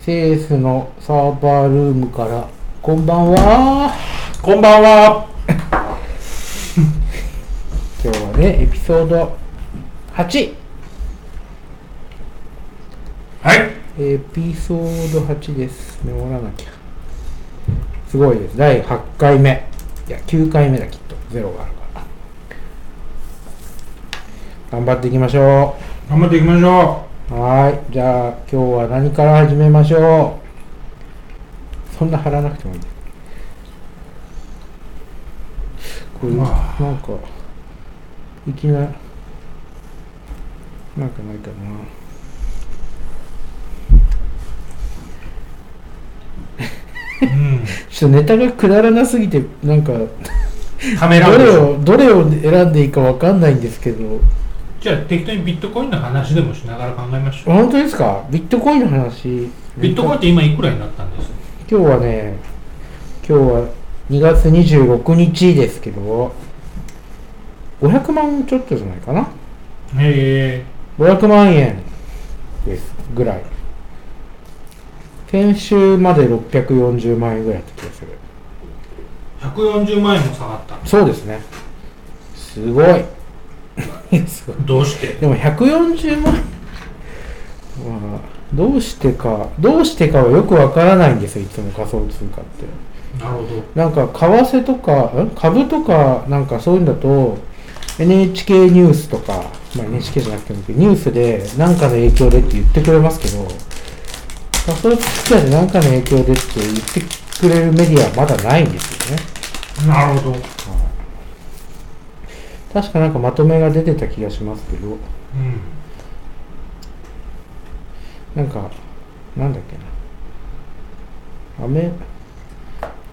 セースのサーバールームから、こんばんは。こんば んは。今日はね、エピソード8。はい。エピソード8です。メモらなきゃ。すごいです。第8回目。いや、9回目だ、きっと。ゼロがあるから。頑張っていきましょ頑張っていきましょう。はーい。じゃあ、今日は何から始めましょう。そんな貼らなくてもいいです。これ、まあなんか、いきなり、なんかないかな。う。うん。 ちょっとネタがくだらなすぎて、なんか、カメラどでれしょ。をどれを選んでいいかわかんないんですけどじゃあ適当にビットコインの話でもしながら考えましょ本当ですかビットコインの話う。ビットコインって今いくらになったんです今日はね今日は2月26日ですけど500万ちょっとじゃないかなへえ。 500万円ですぐらい先週まで640万円ぐらいだった気がする140万円も下がった。そうですねすごい すごいどうしてでも140万まあどうしてかどうしてかはよくわからないんですよいつも仮想通貨ってなるほど。なんか為替とかん株とかなんかそういうんだと NHK ニュースとか、まあ、NHK じゃなくてもいいけどニュースで何かの影響でって言ってくれますけど仮想通貨で何かの影響でって言ってくれるメディアはまだないんですよねなるほど。確かなんかまとめが出てた気がしますけどうん。なんか、なんだっけな。雨、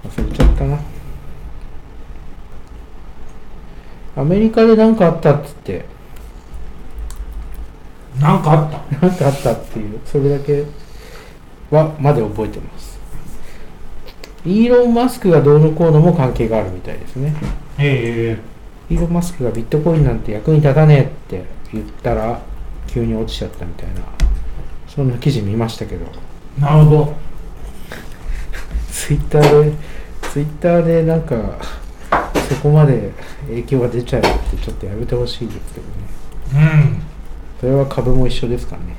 忘れちゃったな。アメリカで何かあったっつって、なんかあった。何かあったっていう、それだけは、まで覚えてます。イーロン・マスクがどうのこうのも関係があるみたいですね。へえ。イーロン・マスクがビットコインなんて役に立たねえって言ったら、急に落ちちゃったみたいな、そんな記事見ましたけど。なるほど。ツイッターで、ツイッターでなんか、そこまで影響が出ちゃうってちょっとやめてほしいですけどね。うん。それは株も一緒ですからね。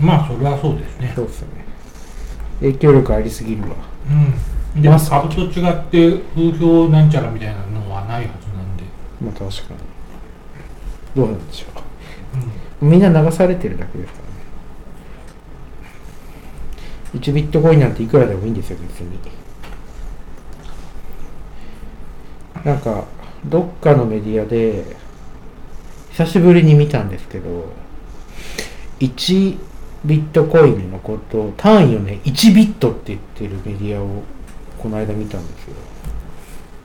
まあそれはそうですね。そうっすね。影響力ありすぎるわ。うん。でも株と違って風評なんちゃらみたいなのはないはずなんで。まあ確かに。どうなんでしょう。みんな流されてるだけですからね。1ビットコインなんていくらでもいいんですよ、別に。なんか、どっかのメディアで、久しぶりに見たんですけど、1ビットコインのことを、単位をね、1ビットって言ってるメディアを、この間見たんですよ。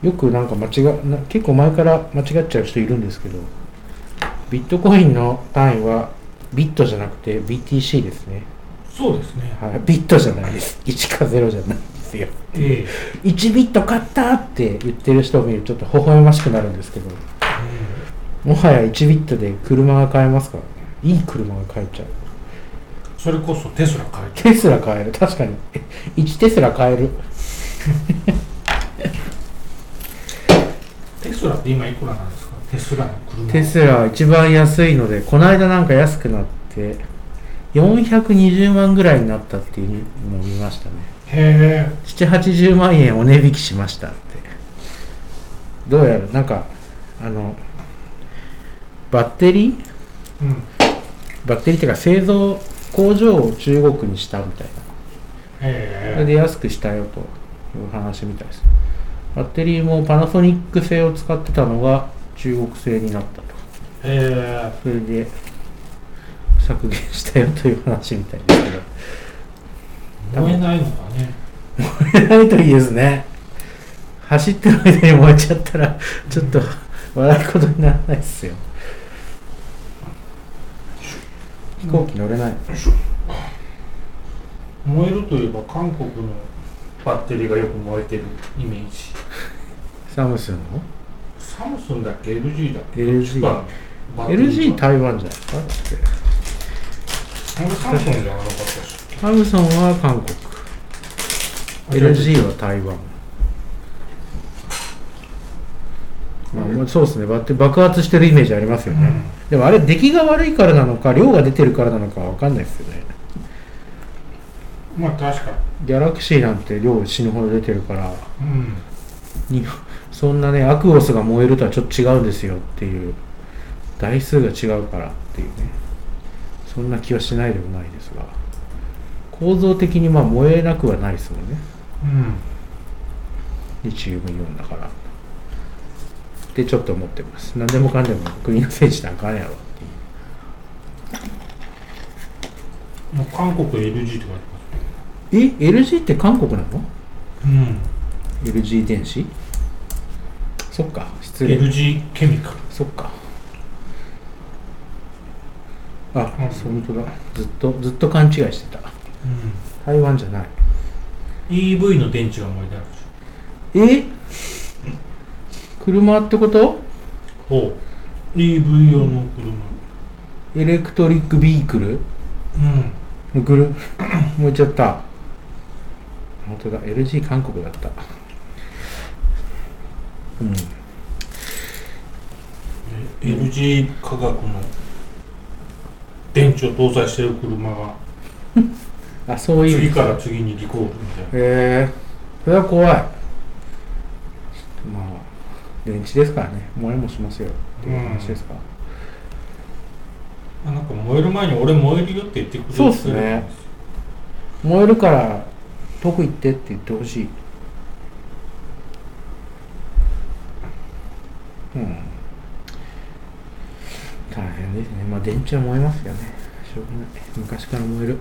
よくなんか間違な、結構前から間違っちゃう人いるんですけど、ビットコインの単位は、ビットじゃなくて BTC ですね。うん。そうですね。はい、ビットじゃないです。1か0じゃないんですよ。ええ。 1ビット買ったって言ってる人を見るとちょっと微笑ましくなるんですけど、うんもはや1ビットで車が買えますからね。いい車が買えちゃう。それこそテスラ買えちゃテスラ買える。確かに。1テスラ買える。うテスラって今いくらなんですかテスラの車テスラは一番安いので、この間なんか安くなって、420万ぐらいになったっていうのを見ましたね。へ7、80万円お値引きしましたって。どうやら、なんか、あの、バッテリーえうんバッテリーっていうか製造工場を中国にしたみたいなそれへえで安くしたよという話みたいですバッテリーもパナソニック製を使ってたのが中国製になったとへそれで削減したよという話みたいですけどえ燃えないのかね燃えないといいですね走ってる間に燃えちゃったらちょっと笑うことにならないですよ飛行機乗れない燃えるといえば韓国のバッテリーがよく燃えてるイメージサムスンのサムスンだっけ LG だっけ LG どっちかバッテリー LG が台湾じゃないですかだってなんでサムスンじゃなかったっけハムソンは韓国。LG は台湾。まあもう、そうですねばって爆発してるイメージありますよね、でもあれ出来が悪いからなのか量が出てるからなのかわかんないですよねまあ確かギャラクシーなんて量死ぬほど出てるからにうんにそんなねアクオスが燃えるとはちょっと違うんですよっていう台数が違うからっていうねそんな気はしないでもないですが構造的にまあ燃えなくはないですもんねうんリチウムイオンだからってちょっと思ってます何でもかんでも国の選手なんかあんやろっていうもう韓国 LG って書いてますねえ LG って韓国なのうん LG 電子そっか失礼 LG ケミカルそっかあうんそう本当だずっとずっと勘違いしてたう台湾じゃないん EV の電池が燃えてあるしえ車ってことほう EV 用の車エレクトリックビークルうんのグル もうちゃった本当だ LG 韓国だったうん LG 化学の電池を搭載している車があそういう次から次にリコールみたいなへえそれは怖いまあ電池ですからね燃えもしますよっていう話ですか、あなんか燃える前に俺燃えるよって言ってくれるそうっすね燃えるから遠く行ってって言ってほしいうん大変ですねまあ電池は燃えますよねしょうがない昔から燃える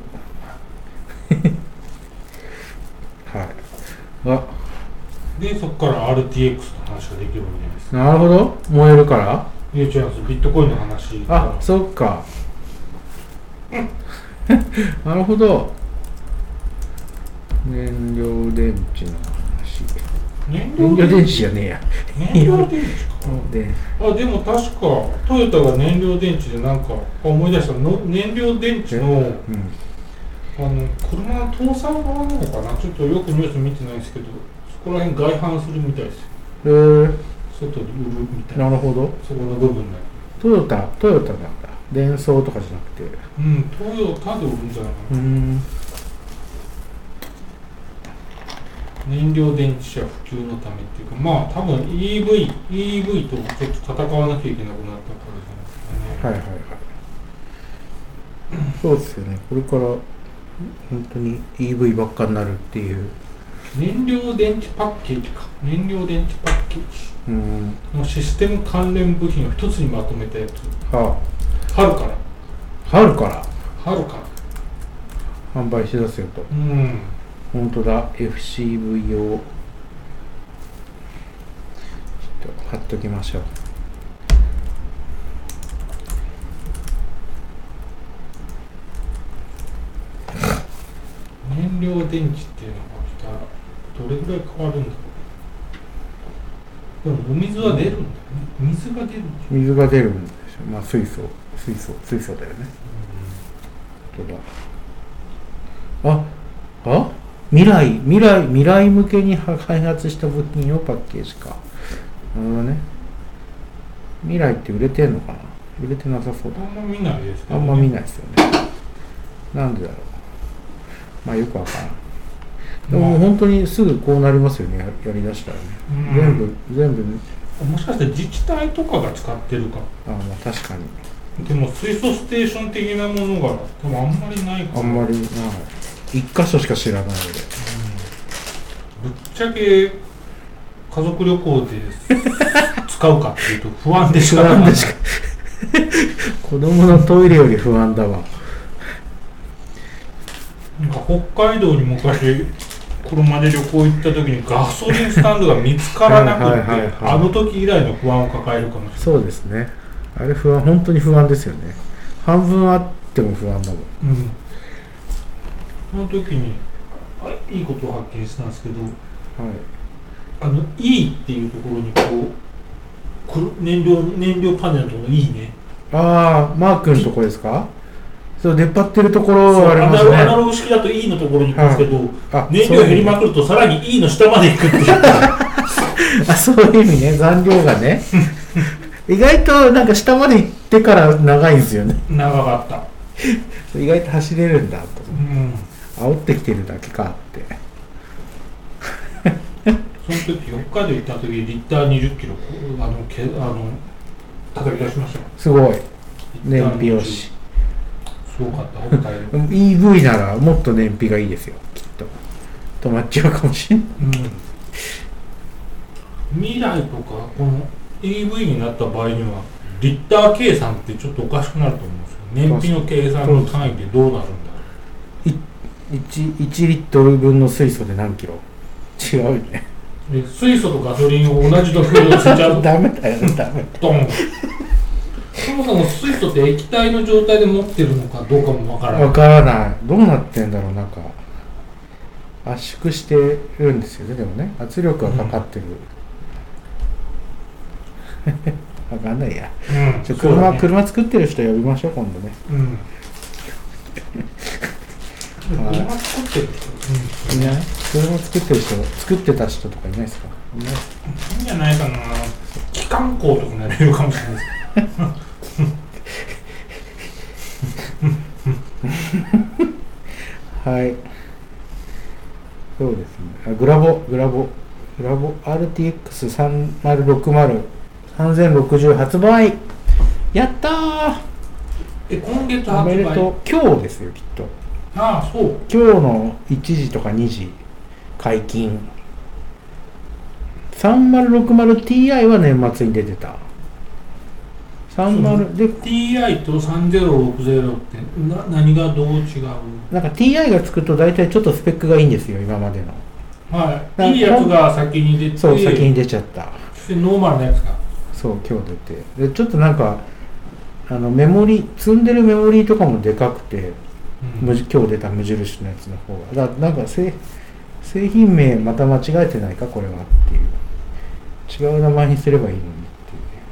はいあでそこから RTX の話ができるわけじゃないですかなるほど燃えるからいや違うんですビットコインの話あそっか なるほど燃料電池の話燃燃料料電電池池じゃねえや燃料電池かであでも確かトヨタが燃料電池でなんかあ思い出したの燃料電池のうんあの車の倒産側なのかなちょっとよくニュース見てないですけどそこら辺外販するみたいですよえー、外で売るみたいななるほどそこの部分でトヨタトヨタなんだ電装とかじゃなくてうん東洋タで売るんじゃないかうな、ん燃料電池車普及のためっていうかまあ多分 EV EV とちょっと戦わなきゃいけなくなったからじはゃはいないいですかねはいそうですよねこれから本当に EV ばっかになるっていう燃料電池パッケージか燃料電池パッケージうんのシステム関連部品を一つにまとめたやつは春から春から春から販売しだすよとうん本当だ FCV をちょっと貼っときましょう燃料電池っていうのが来たらどれぐらい変わるんだろうでもお水は出るんだよね水が出るんでし水が出るんでしょまあ水素水素水素だよね本当だああ未来未来未来向けには開発した物品をパッケージかなるほどね未来って売れてんのかな売れてなさそうだょあんま見ないですけあどんねま見ないですよねなんでだろうまあよくわからんでもまあ本当にすぐこうなりますよねややりだしたらね、うん全部全部もしかして自治体とかが使ってるかあまあ確かにでも水素ステーション的なものが多分あんまりないかあらんまぶっりない一箇所しか知らないのでちゃけ家族旅行で使うかっていうと不安でし不か安ないでしか子供のトイレより不安だわなんか北海道に昔車で旅行行った時にガソリンスタンドが見つからなくはいっはいはいてはいあの時以来の不安を抱えるかもしそうですねあれ不安本当に不安ですよね半分あっても不安だもんれない、うん、その時にあれいいことを発見したんですけどはいあの E っていうところにこうこの燃料燃料パネルのところの E ねああマー君のとこですかそう出っ張ってるところそうがあアりまナすログアナねログ式だと E のところに行くんですけど、あ燃料減りまくるとさらに E の下まで行くっていう あそういう意味ね残量 がね意外となんか下まで行ってから長いんですよね長かった意外と走れるんだとうん煽ってきてるだけかってその時北海道行った時リッター20キロあのけあの叩き出しましたよすごいリッ燃ター費20よしすごかった北海道 EV ならもっと燃費がいいですよきっと止まっちゃうかもしれないうん未来とかこの EV になった場合にはリッター計算ってちょっとおかしくなると思うんですよ燃費の計算の単位でどうなるんだろう 1, 1リットル分の水素で何キロ 違うよねで水素とガソリンを同じ度数にしちゃう とダメだよ ねダメドンそもそも水素って液体の状態で持ってるのかどうかもわからないわからないどうなってんだろうなんか圧縮してるんですよねでもね圧力がかかってる、 わかんないやうんちょそうだ車,、ね車作ってる人呼びましょう今度ねうん。はい今作ってる。ういない車作ってる人作ってた人とかいないですかいないん。いいんじゃないかな。機関工とかなれるかもしれないです。はい。そうですね。あグラボ、グラボ、グラボ RTX3060、3060発売やったーえ、今月お発め売。でとう。今日ですよ、きっと。ああ、そう。今日の1時とか2時解禁。3060Ti は年末に出てた。30で、 TI と3060ってな何がどう違うなんか Ti がつくと大体ちょっとスペックがいいんですよ、今までの。はい。いいやつが先に出て、そう、先に出ちゃった。そしてノーマルなやつが。そう今日出てでちょっとなんかあのメモリ積んでるメモリとかもでかくて、うん無じ今日出た無印のやつの方がだなんか製製品名また間違えてないかこれはっていう違う名前にすればいいのにっ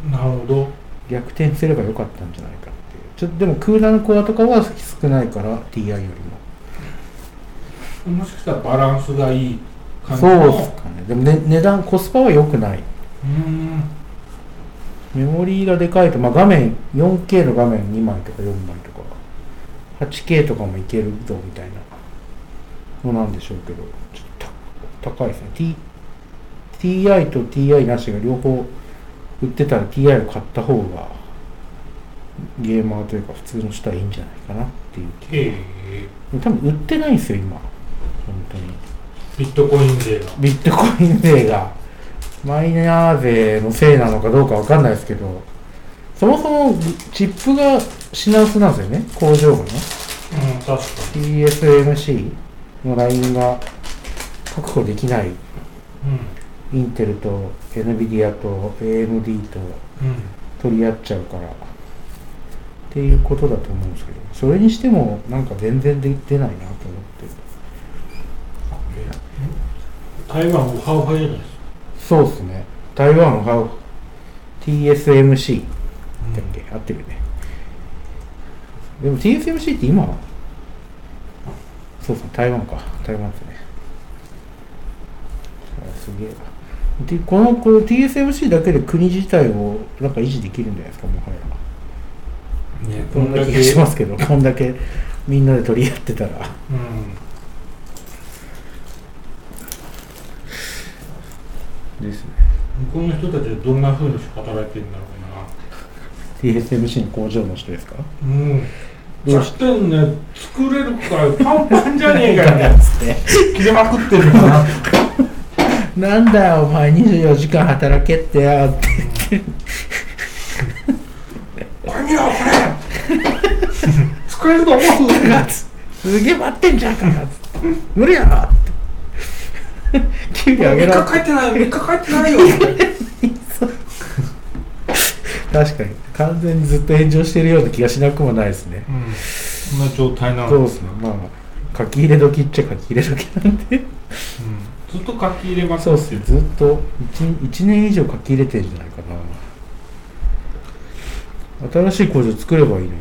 ていうなるほど。逆転すればよかったんじゃないかっていうちょっとでもクーラーのコアとかは少ないから TI よりももしかしたらバランスがいい感じそうの。ですかねでも、ね、値段コスパは良くないうーん。メモリーがでかいと、まあ、画面 4K の画面2枚とか4枚とか 8K とかもいけるぞみたいなのなんでしょうけどちょっとた高いですね、T、TI と TI なしが両方売ってたら TI を買った方がゲーマーというか普通の人はいいんじゃないかなっていうえ気多分売ってないんですよ今本当にービットコイン税が。ビットコイン税がマイナー税のせいなのかどうかわかんないですけど、そもそもチップが品薄なんですよね、工場がね。うん、確か TSMC のラインが確保できない、に。インテルと NVIDIA と AMD とうん。うん。取り合っちゃうから、っていうことだと思うんですけど、それにしてもなんか全然で出ないなと思って。台湾ウハウハじゃないですか。そうですね。台湾が TSMC だっけ、合ってるよねでも TSMC って今はそうそう台湾か台湾ですねあすげえなでこのこの TSMC だけで国自体をなんか維持できるんじゃないですかもはやね、こんな気がしますけどこんだけみんなで取り合ってたらうですねん、向こうの人たちはどんな風に働いてるんだろう TSMC の工場の人ですかな。うん。どう100点ね、作れるからパンパンじゃねえかなんよ。つって 切れまくってるよな。なんだよお前24時間働けってやってこれ見ろ、これ作れると思うがつすげえ待ってんじゃんかなつって無理やろって給料上げ ろ3日帰ってない、3日帰ってないよ。確かに完全にずっと炎上してるような気がしなくもないですねうん。そんな状態なの。そうですねまあ書き入れ時っちゃ書き入れ時なんでうん。ずっと書き入れまくそうっってする。ずっと 1, 1年以上書き入れてるんじゃないかな新しい工場作ればいいのにね、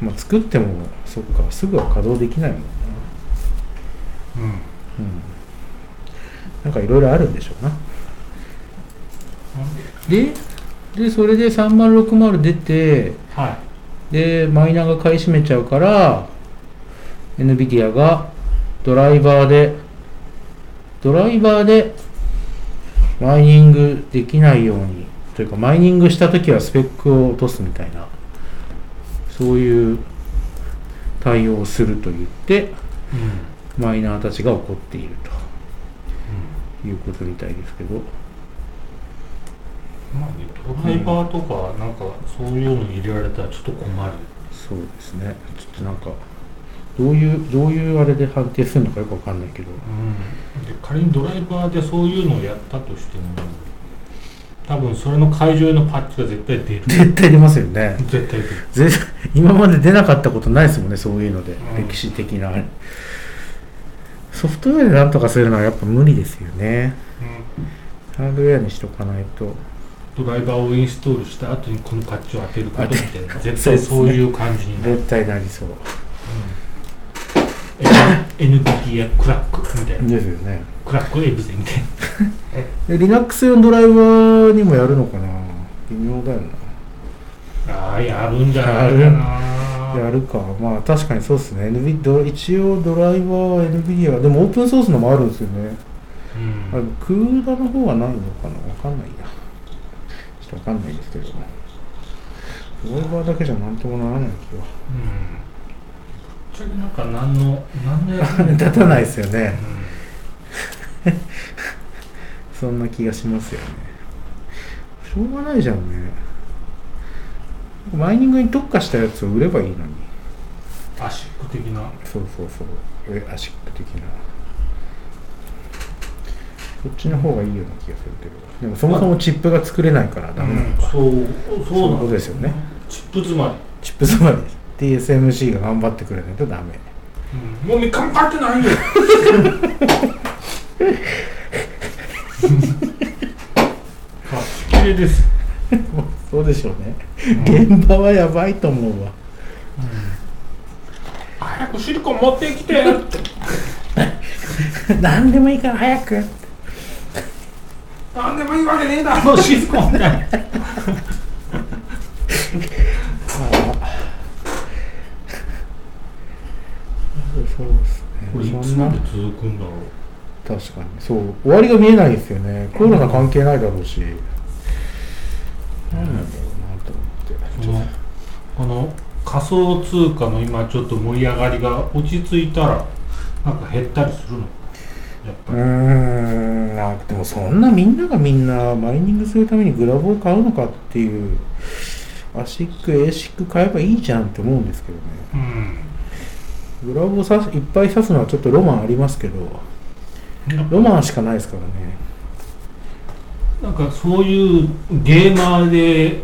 まあ、作ってもそっかすぐは稼働できないもんな、うんうん、なんかいろいろあるんでしょうなででそれで3060出てはでマイナーが買い占めちゃうから NVIDIA がドライバーでドライバーでマイニングできないようにというかマイニングした時はスペックを落とすみたいなそういう対応をすると言ってい、うんマイナーたちが怒っているということみたいですけどまあね、ドライバーとか、なんか、そういうの入れられたらちょっと困る。そうですねちょっとなんかどういうどういうあれで判定するのかよくわかんないけどうん。で、仮にドライバーでそういうのをやったとしても、多分それの会場へのパッチが絶対出る。絶対出ますよね絶対出る。全 然今まで出なかったことないですもんねそういうので、うん歴史的なあれソフトウェアでなんとかするのはやっぱ無理ですよねハードウェアにしとかないとうん。ドライバーをインストールした後にこのパッチを当てることみたいそうな、絶対ですねそういう感じになる。絶対なりそう NVIDIA クラックみたいな。ですよねクラックエブゼみたいな。で Linux 用のドライバーにもやるのかな微妙だよああ、やるんじゃないかなやな。るかまあ確かにそうですね、NV ド一応ドライバーは NVIDIA でもオープンソースのもあるんですよねうんあ。クーダの方はないのかなわかんないや。ちょっとわかんないですけど。ドライバーだけじゃなんともならない気は。うんちょっとなんか何の何の役 に、立たないですすよね。そんな気がしますよね。しょうがないじゃんね。マイニングに特化したやつを売ればいいのに。うん、アシック的なそうそうそう。えアシック的な。こっちの方がいいような気がするけど。でもそもそもチップが作れないからダメなのか。うんそうそうそういうなこんとですよね。チップ詰まり、チップ詰まり TSMC が頑張ってくれないとダメ うん、もうみかんかって ないよパッチ切れです、そうでしょうねうん現場はやばいと思うわ 早くシリコン持ってきて何でもいいから早く何でもいいわけねえだろシリコン ってそうですこれいねそつんなまで続くんだろう確かにそう終わりが見えないですよねコロナ関係ないだろうし何なんだろうなと思ってこのこの仮想通貨の今ちょっと盛り上がりが落ち着いたらなんか減ったりするのやっぱうり、ーんあでもそんなみんながみんなマイニングするためにグラボを買うのかっていうアシック A シック買えばいいじゃんって思うんですけどねうんグラボをさすいっぱい刺すのはちょっとロマンありますけどロマンしかないですからねなんかそういうゲーマーで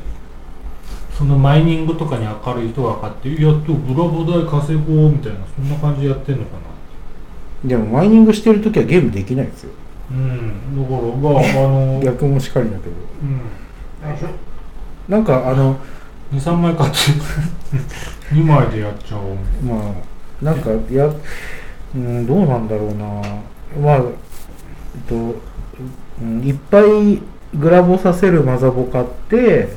そのマイニングとかに明るい人が買って「いやっとブラボー代稼ごう」みたいなそんな感じでやってんのかでもマイニングしてるときはゲームできないですよなうんだからまああの逆もしかりだけどうんなんかあの23枚買って2枚でやっちゃおうみたいなまあなんかやうんどうなんだろうなまあえっと、うん、いっぱいグラボさせるマザボ買って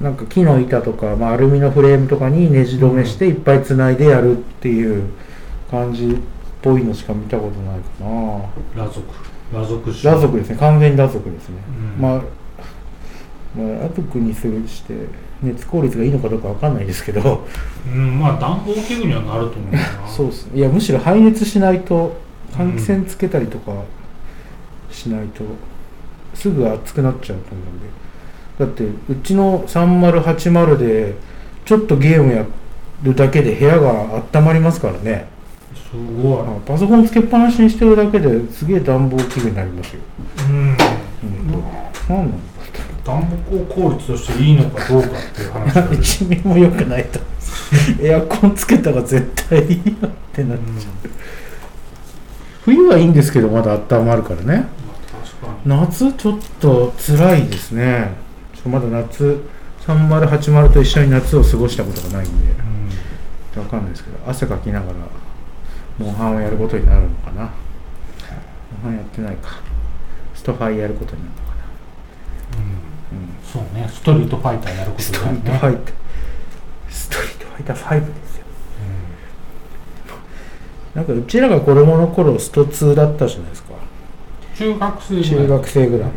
なんか木の板とか、まあ、アルミのフレームとかにネジ止めしていっぱいつないでやるっていう感じっぽいのしか見たことないかな裸族裸族し裸族ですね完全に裸族ですね、うんまあまあ、アトクにするして熱効率がいいのかどうかわかんないですけど、うんまあ暖房器具にはなると思うなそうですねいやむしろ排熱しないと換気扇つけたりとかしないと、すぐ熱くなっちゃうと思うんでだってうちの3080でちょっとゲームやるだけで部屋が温まりますからねすごいあパソコンつけっぱなしにしてるだけですげえ暖房器具になりますよ、うんうんなんなんだ暖房効率としていいのかどうかっていう話だ けど一味も良くないと エアコンつけたが絶対いいよってなうるんま冬はいいんですけどまだ温まるからねあ確か夏ちょっと辛いですねちょっとまだ夏3080と一緒に夏を過ごしたことがないんでにうんわかんないですけど汗かきながらモンハンをやることになるのかなモンハンやってないかストファイやることになるのかなうんそうねストリートファイターやるこスとトだリよートファねイターストリートファイター5ですよなんかうちらが子供の頃スト2だったじゃないですかうん中学生ぐら中い学生ぐらい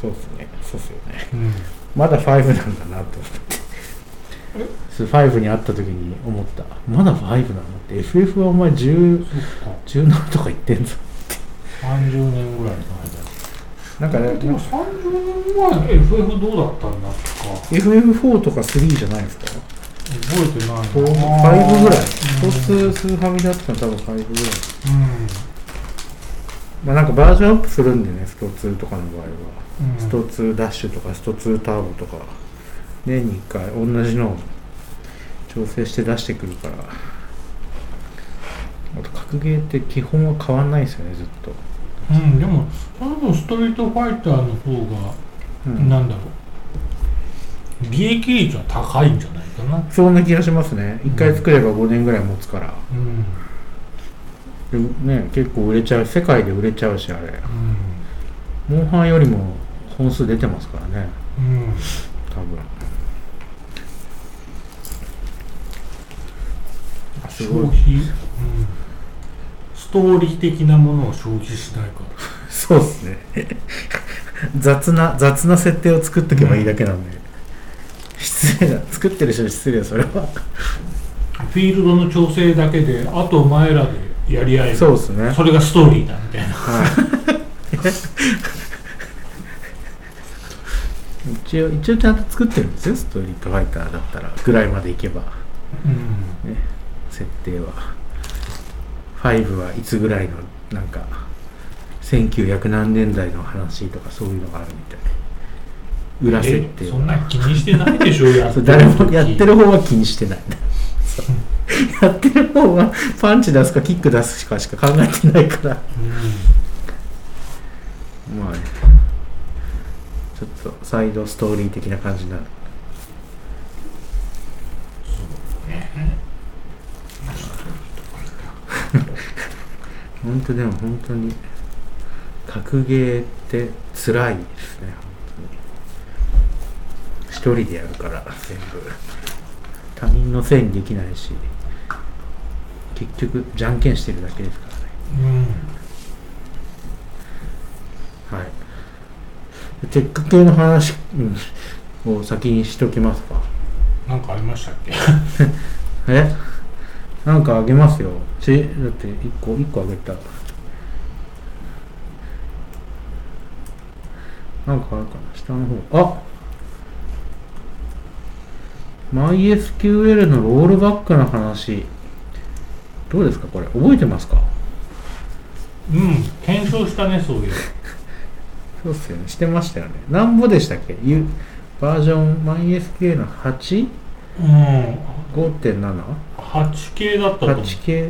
そうっすねそうっすよねうんまだ5なんだなと思ってそう5に会った時に思ったまだ5なのって FF はお前10そっか17とか言ってんぞ30年ぐらいのなんかね間でも30年前の FF どうだったんだとか FF4 とか3じゃないですか覚えてないな5ぐらいうん一つ数はみだったら多分5ぐらいうんまあなんかバージョンアップするんでねスト2とかの場合は、うんスト2ダッシュとかスト2ターボとか年に1回同じのを調整して出してくるからあと格ゲーって基本は変わんないですよねずっと、うん、でもその分ストリートファイターの方うが、んなんだろう利益率は高いんじゃないかなそんな気がしますね1回作れば5年ぐらい持つから、うん、でね、結構売れちゃう世界で売れちゃうしあれうモンハンよりも本数出てますからねんうん、多分あすご消い費、うん、ストーリー的なものを消費しないから そうですね 雑な雑な設定を作っとけばいいだけなんで、失礼だ作ってる人に失礼だそれはフィールドの調整だけであとお前らでやり合えるそうですねそれがストーリーだみたいな一応一応ちゃんと作ってるんですよストリートファイターだったらぐらいまでいけばうん設定は5はいつぐらいのなんか1900何年代の話とかそういうのがあるみたい裏設え定そんな気にしてないでしょやそう誰もやってる方方は気にして ないそうやってる方はパンチ出すかキック出すかしか考えてないからまあねちょっとサイドストーリー的な感じになる 本当でも本当に格ゲーって辛いですね本当に一人でやるから全部他人のせいにできないし結局じゃんけんしてるだけですからねうん、うんはい。テック系の話うんを先にしておきますか。なんかありましたっけえなんかあげますよ。ちだって1個、1個あげた。なんかあるかな下の方。あ !MySQL のロールバックの話。どうですかこれ。覚えてますかうん検証したねそういうそうっすよね。してましたよね。なんぼでしたっけゆバージョン MySQL の 8? うん、 5.7?8 8系だったと思う系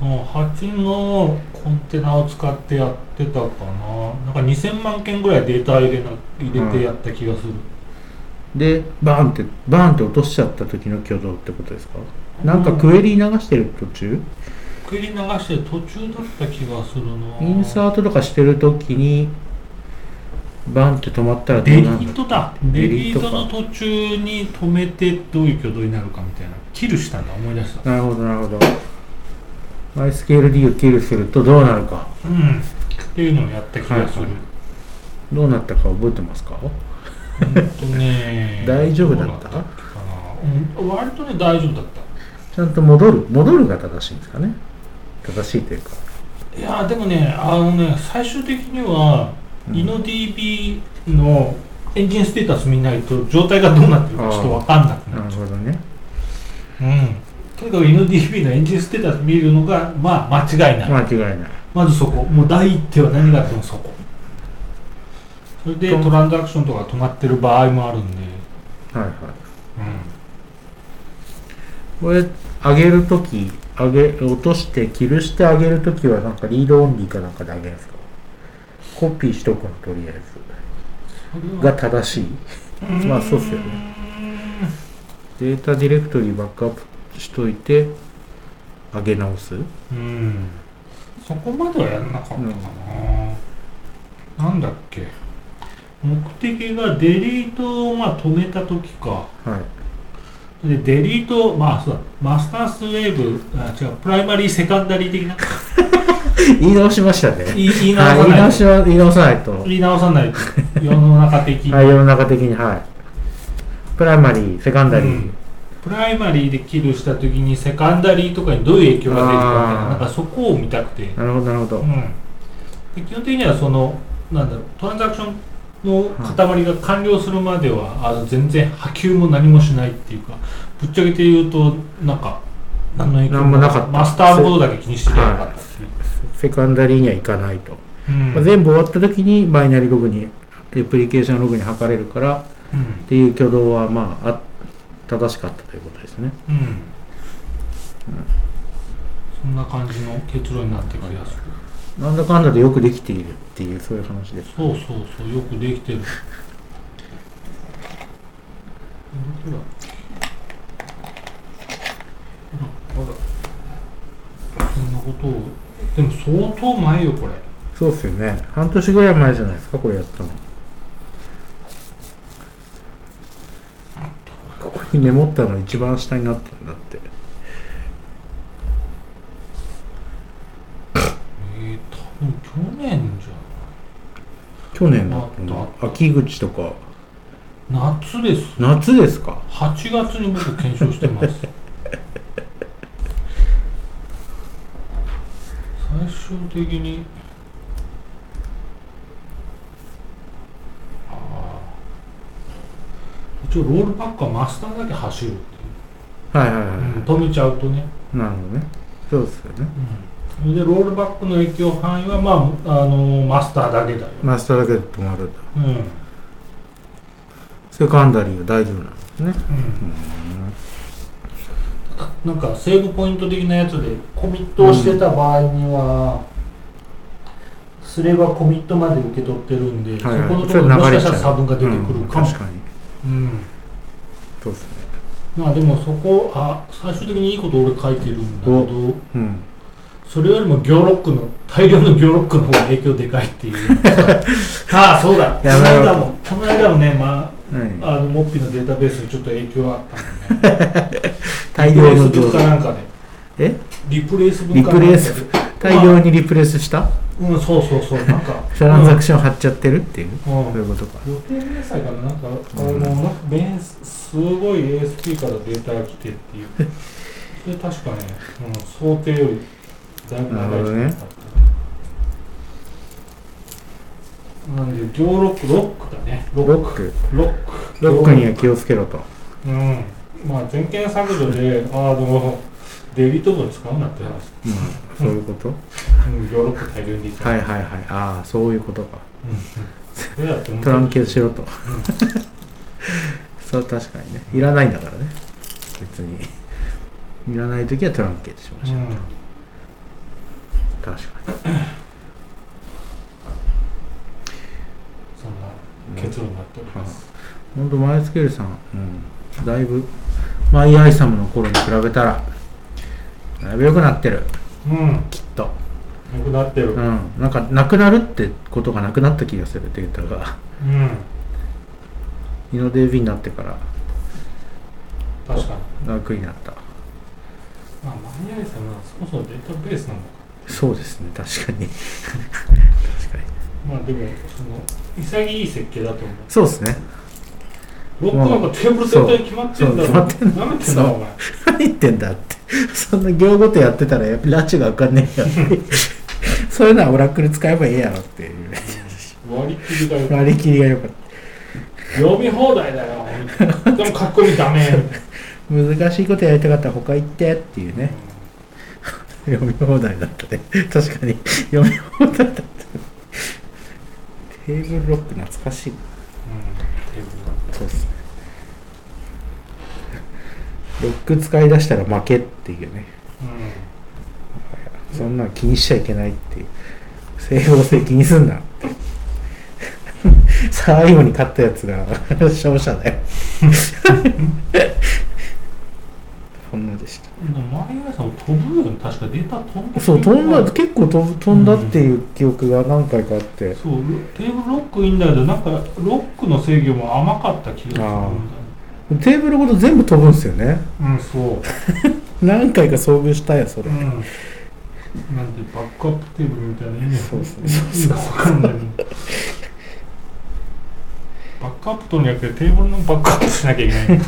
うん8のコンテナを使ってやってたかななんか2000万件ぐらいデータ入れな入れてやった気がする、でバーンってバーンって落としちゃった時の挙動ってことですかなんかうんクエリ流してる途中、繰り流して途中だった気がするなインサートとかしてる時にバーンって止まったらどうデリなるートだデデリリートーかトの途中に止めてどういう挙動になるかみたいなキルしたんだ思い出したなるほどなるほど MySQLD をキルするとどうなるかうんっていうのをやった気がする、はいはどうなったか覚えてますかうんとね 大丈夫だったどうっけかな、うん、割とね大丈夫だったちゃんと戻る戻るが正しいんですかね正しいというかいやーでもねあのね最終的には、うん InnoDB のエンジンステータス見ないと状態がどうなってるかちょっと分かんなくななっるちゃほどねう、うん、とにかく InnoDB のエンジンステータス見るのがまあ間違いない、間違いないまずそこもう第一手は何があってもそこそれでトランザクションとか止まってる場合もあるんで、はいはいこれ上げるとき上げ落としてキルして上げるときはなんかリードオンリーかなんかで上げるんですかコピーしとくのとりあえずうん、が正しいまあそうっすよねデータディレクトリバックアップしといて、上げ直すうんそこまではやんなかったかな、なんだっけ目的がデリートをまあ止めた時かはい。でデリートまあそうだマスタースウェーブあ違うプライマリーセカンダリー的 な言い直しましたね。言い言いはい直言いさな直いしとは、言い直さないと。言い直さないと世の中的に、はい、世の中的に、はい。プライマリー、セカンダリー。うんプライマリーでキルした時にセカンダリーとかにどういう影響が出るかみたいなあーなんかそこを見たくてなるほど、なるほど。うん、で基本的にはそのなんだろうトランザクションの塊が完了するまでは、あの全然波及も何もしないっていうかぶっちゃけて言うとなんか何の影響なんもなかったマスターのことだけ気にしてなかったっていう、セカンダリーには行かないと。うんまあ全部終わった時に、バイナリログに、レプリケーションログに測れるから、っていう挙動は、まあ、あ正しかったということですね。うん、うんそんな感じの結論になってくるやつなんだかんだでよくできているっていう、そういう話です。そうそうそうよくできてるそんなことをでも相当前よこれそうっすよね。半年ぐらい前じゃないですか、これやったの。ここにメモったの一番下になってるんだって。えー、多分去年じ去年だったんだあっ。秋口とか。ゃん夏です夏ですか8月に僕検証してます最終的にああ一応ロールパックはマスターだけ走るってはいはいはいいう、うん、止めちゃうとね、。なるほどね。そうですよね。うん、それでロールバックの影響範囲は、まああのマスターだけだよ、マスターだけで止まるんだ。うんうん、セカンダリーは大丈夫なんですね。なんかセーブポイント的なやつでコミットをしてた場合には、すればコミットまで受け取ってるんで、はいはいそこのところにもしかしたら差分が出てくるかうんも、確かに。うんそうですね。まあでもそこあ最終的にいいこと俺書いてるんだけどうん。それよりも行ロックの大量の行ロックの方が影響でかいっていう ああそうだこのやめろ間もこの間もね、まはいあ、あのモッピーのデータベースにちょっと影響あったんで、ね、大リプレ量イスの文動化画。なんかでえリプレイス文化リプレイス大量にリプレイスした。うん、そうそうそう、なんか トランザクション貼っちゃってるっていう、うんそういうことか。予定明細かな、なんか、あの、なんかベンス、すごい ASP からデータが来てっていう。 それ確かね、うん、想定よりだいぶ長い時間だった。なんで、行ロック、ロックだね。ロロッック。ク。ロック。ロックには気をつけろと。うん。まあ、全件削除で、ああ、でも、デビット分使うなって話。うん、そういうこと、うん、行ロック大量に使う。はいはいはい。ああ、そういうことか。うん。うん。トランケしろと。 そう、確かにね。いらないんだからね。別に。いらないときはトランケしまうしょう。ん。確かに。そんな結論になっております。ほんと、マイスケールさん、うん、だいぶ、マイアイサムの頃に比べたら、だいぶ良くなってる、うん、きっと。よくなってる。ううん。ん、なんかなくなるってことがなくなった気がするデータが イノデービになってから確かに。楽になったまあ、マニアイさんはそもそもデータベースなのか。そうですね確かに確かにまあ、でも、その、潔い設計だと思う。そうですね ロックなんかテーブル絶対決まってんだそろ。うそう決まってんだなめてんだろ、お前。何言ってんだってそんな行ごとやってたらやっぱ拉致が分かんねえよ そういうのはオラクル使えばええやろっていう 割り切りだよ。割り切りが良かった読み放題だよ。でも、かっこいいダメ。難しいことやりたかったら他行ってっていうね読み放題だったね確かに読み放題だったテーブルロック懐かしいなうん。うんテーブルなんかそうっすね。ロック使い出したら負けっていうね。うんそんなの気にしちゃいけないっていう。整合性気にすんな って。最後に勝ったやつが勝者だよ。飛ぶよね確かデータ飛んだそう飛んだ結構飛ぶ飛んだっていう記憶が何回かあって、そうテーブルロックいいんだけどなんかロックの制御も甘かった気がするんだよねテーブルごと全部飛ぶんですよねうんそう何回か遭遇したよそれ、うん、なんでバックアップテーブルみたいな意味そうそう意味が分かんないもんバックアップとの役でテーブルのバックアップしなきゃ いけない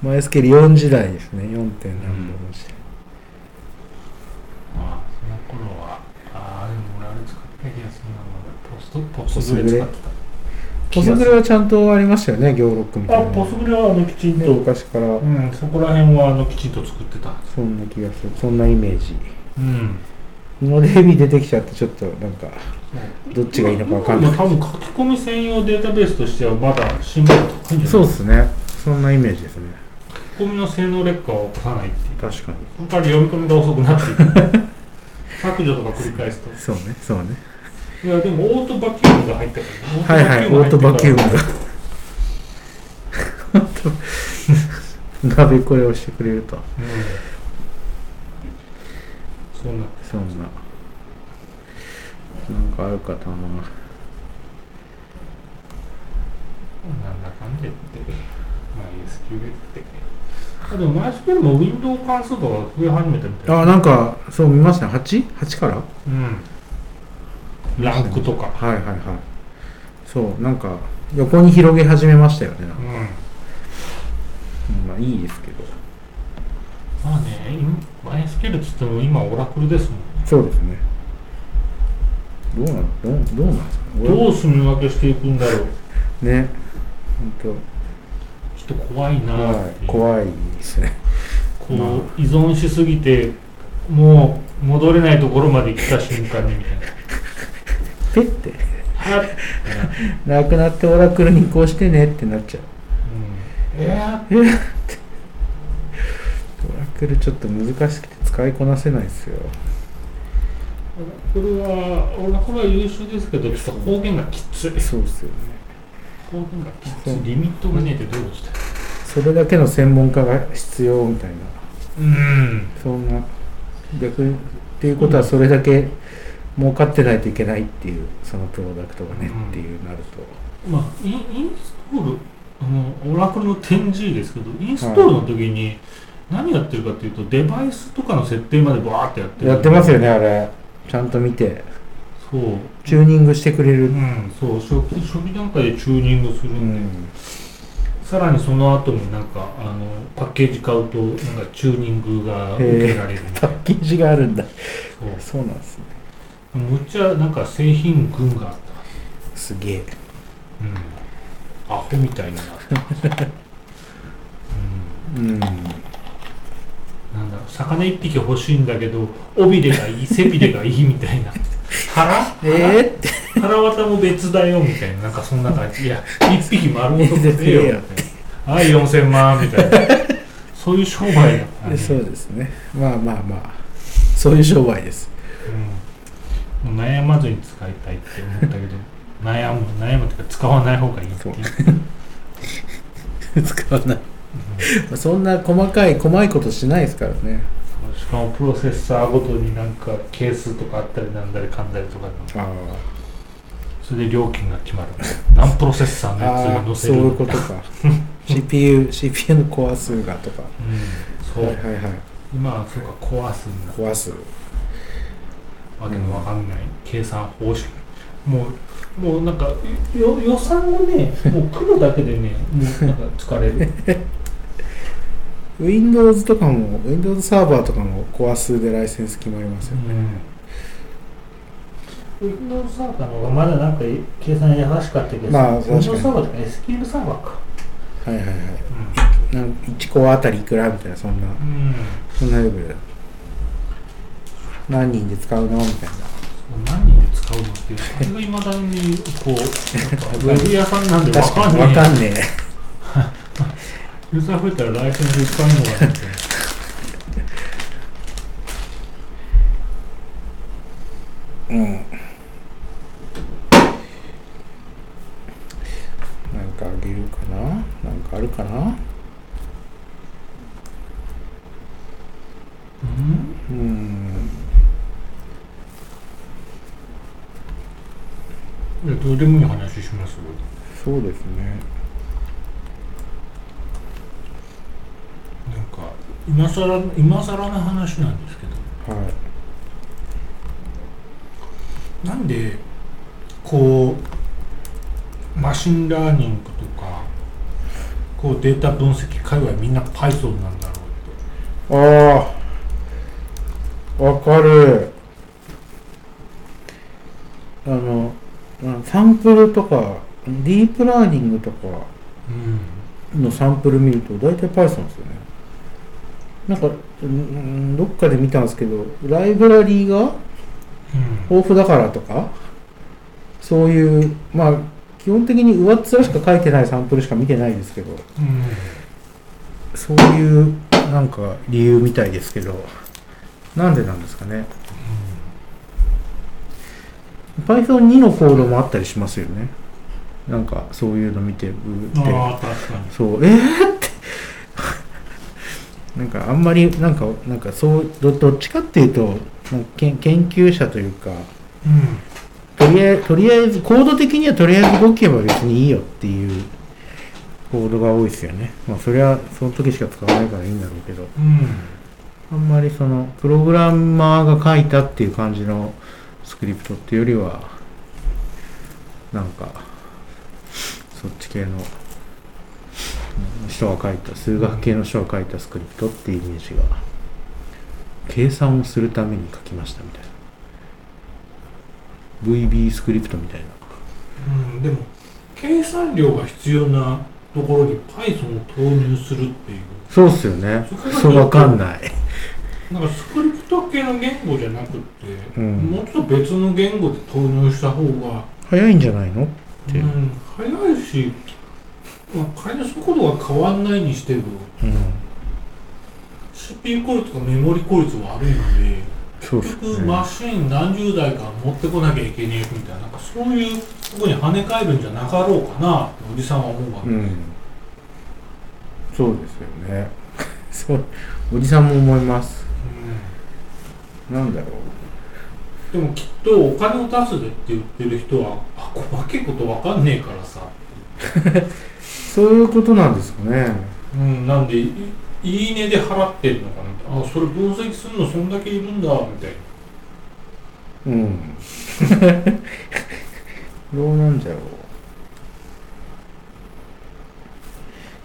前スケリ4時代ですね 4. 点何うん本して、まあその頃はああでも俺あれ使ってた気がするなポストポポスストググレレ使ってたポスグレはちゃんとありましたよね行ロックみたあいなポスグレはあのきちんねと、昔からうんそこら辺はあのきちんと作ってたそんな気がするそんなイメージうんのデビ出てきちゃってちょっとなんかどっちがいいのか分かんない今多分書き込み専用データベースとしてはまだ進化が高いんじゃないそう書できすねそんなイメージですね込みの性能劣化を起こさないっていう確かにやっぱり読み込みが遅くな っていく削除とか繰り返すとそうねそうねいやでもオートバキュームが入ったかはらいはいねオートバキューム入ってが本当鍋これをしてくれるとからうんそんなそんななんかあるかたまなんだかんでってまあ SQL ってあでも前スペルもウィンドウ関数とかが増え始めたみたいなあなんかそう見ました 8?8 からうんランクとかはいはいはいそうなんか横に広げ始めましたよねなんうかんまあいいですけどまあね今 MySQL っつっても今オラクルですもんそうですねどうなのどうどうなんですかどう住み分けしていくんだろうね本ちょっと怖い当な怖ーいってい怖いうですねこう依存しすぎてもう戻れないところまで来た瞬間にみたいなペッてはっ、う ん、なくなってオラクルに移行してねってなっちゃうえー、オラクルちょっと難しくて使いこなせないですよこれは俺はこれは優秀ですけどちょっと方言がきついそうっすよね方言がきついリミットがねえってどういうことだよそれだけの専門家が必要みたいなうんそんな逆にっていうことはそれだけ儲かってないといけないっていうそのプロダクトがねうんっていうなるまあインインストールあのオラクルの 10G ですけどインストールの時に何やってるかっていうとデバイスとかの設定までバーってやってとるやってますよねあれちゃんと見てそうチューニングしてくれうるんそう初期初期段階でチューニングするうんで、んさらにその後になんかあのパッケージ買うとなんかチューニングが受けられるみたパいなッケージがあるんだそそうなんですねうむっちゃなんか製品群があった、すげえうん、アホみたい になった、うんうん、なんだろう魚一匹欲しいんだけど尾びれ がいい背びれがいいみたいな腹えー、って腹渡も別だよみたいななんかそんな感じいや一匹丸ごと食えよみたいな はい4000万みたいなそういう商売だったねそうですねまあまあまあそういう商売ですうん、悩まずに使いたいって思ったけど悩む悩むっていうか使わない方がいいっていう使わないまあ そんな細かい細いことしないですからねうんしかもプロセッサーごとになんか係数とかあったりなんだりかんだりとかあそれで料金が決まる何プロセッサーのやあつーに載せそうるいうこと か CPU, CPU のコア数がとかうん、そう、はいはい今はそうか壊すんだコア数わけのわかんない計算方式もうもうなんかよ予算をねもう黒だけでねもうなんか疲れる Windows とかも Windows サーバーとかもコア数でライセンス決まりますよねうん。Windows サーバーの方がまだなんか計算優しかったけど、まあ確かに Windows サーバーとか SQL サーバーか。はいはいはいなん1コアあたりいくらみたいなそんなうん。うん。そんなレベル何人で使うのみたいな何人で使うのっていう、それがいまだにこう、なんかウェブ屋さんなんでわ確かかんにない。わかんねえユーザー増えたらライセンスいっぱいあるのがね。うんなんかあげるかななんかあるかないやどうでもいい話しますよそうですねなんか今さら今さらの話なんですけどはいなんでこうマシンラーニングとかこうデータ分析界隈みんな Python なんだろうっああわかるあのうんサンプルとかディープラーニングとかて、うん、のサンプル見ると大体 Python ですよねなんかうんどっかで見たんですけどライブラリーがうん、豊富だからとかそういうまあ基本的に上っ面しか書いてないサンプルしか見てないですけどそういうなんか理由みたいですけどなんでなんですかね Python2 のコードもあったりしますよねなんかそういうの見てうーってああ確かにそうえー、って なんかあんまりなんかなんかそうどどっちかっていうとなんかけん研究者というかうとりあえとりあえずコード的にはとりあえず動けば別にいいよっていうコードが多いですよねまあそれはその時しか使わないからいいんだろうけどんうんあんまりそのプログラマーが書いたっていう感じのスクリプトっていうよりはなんかそっち系のうん人が書いた数学系の人が書いたスクリプトっていうイメージが計算をするために書きましたみたいな VB スクリプトみたいなうんでも計算量が必要なところに Python を投入するっていうそうっすよねそこがそうわかんないなんかスクリプト系の言語じゃなくって、うんもうちょっと別の言語で投入した方が、早いんじゃないのううんん、早いし、まあ、仮に速度が変わんないにしてもうん CPU 効率とかメモリ効率悪いのでそうっす結よ局ねマシン何十台か持ってこなきゃいけねえみたいななんかそういうとこに跳ね返るんじゃなかろうかなっておじさんは思うわけ、うん、そうですよね そうおじさんも思いますうんなんだろうでもきっとお金を出すでって言ってる人はあこわけことわかんねえからさそういうことなんですかねうん、なんで、いいいねで払ってるのかなあ、それ分析するのそんだけいるんだ、みたいうん どうなんだろう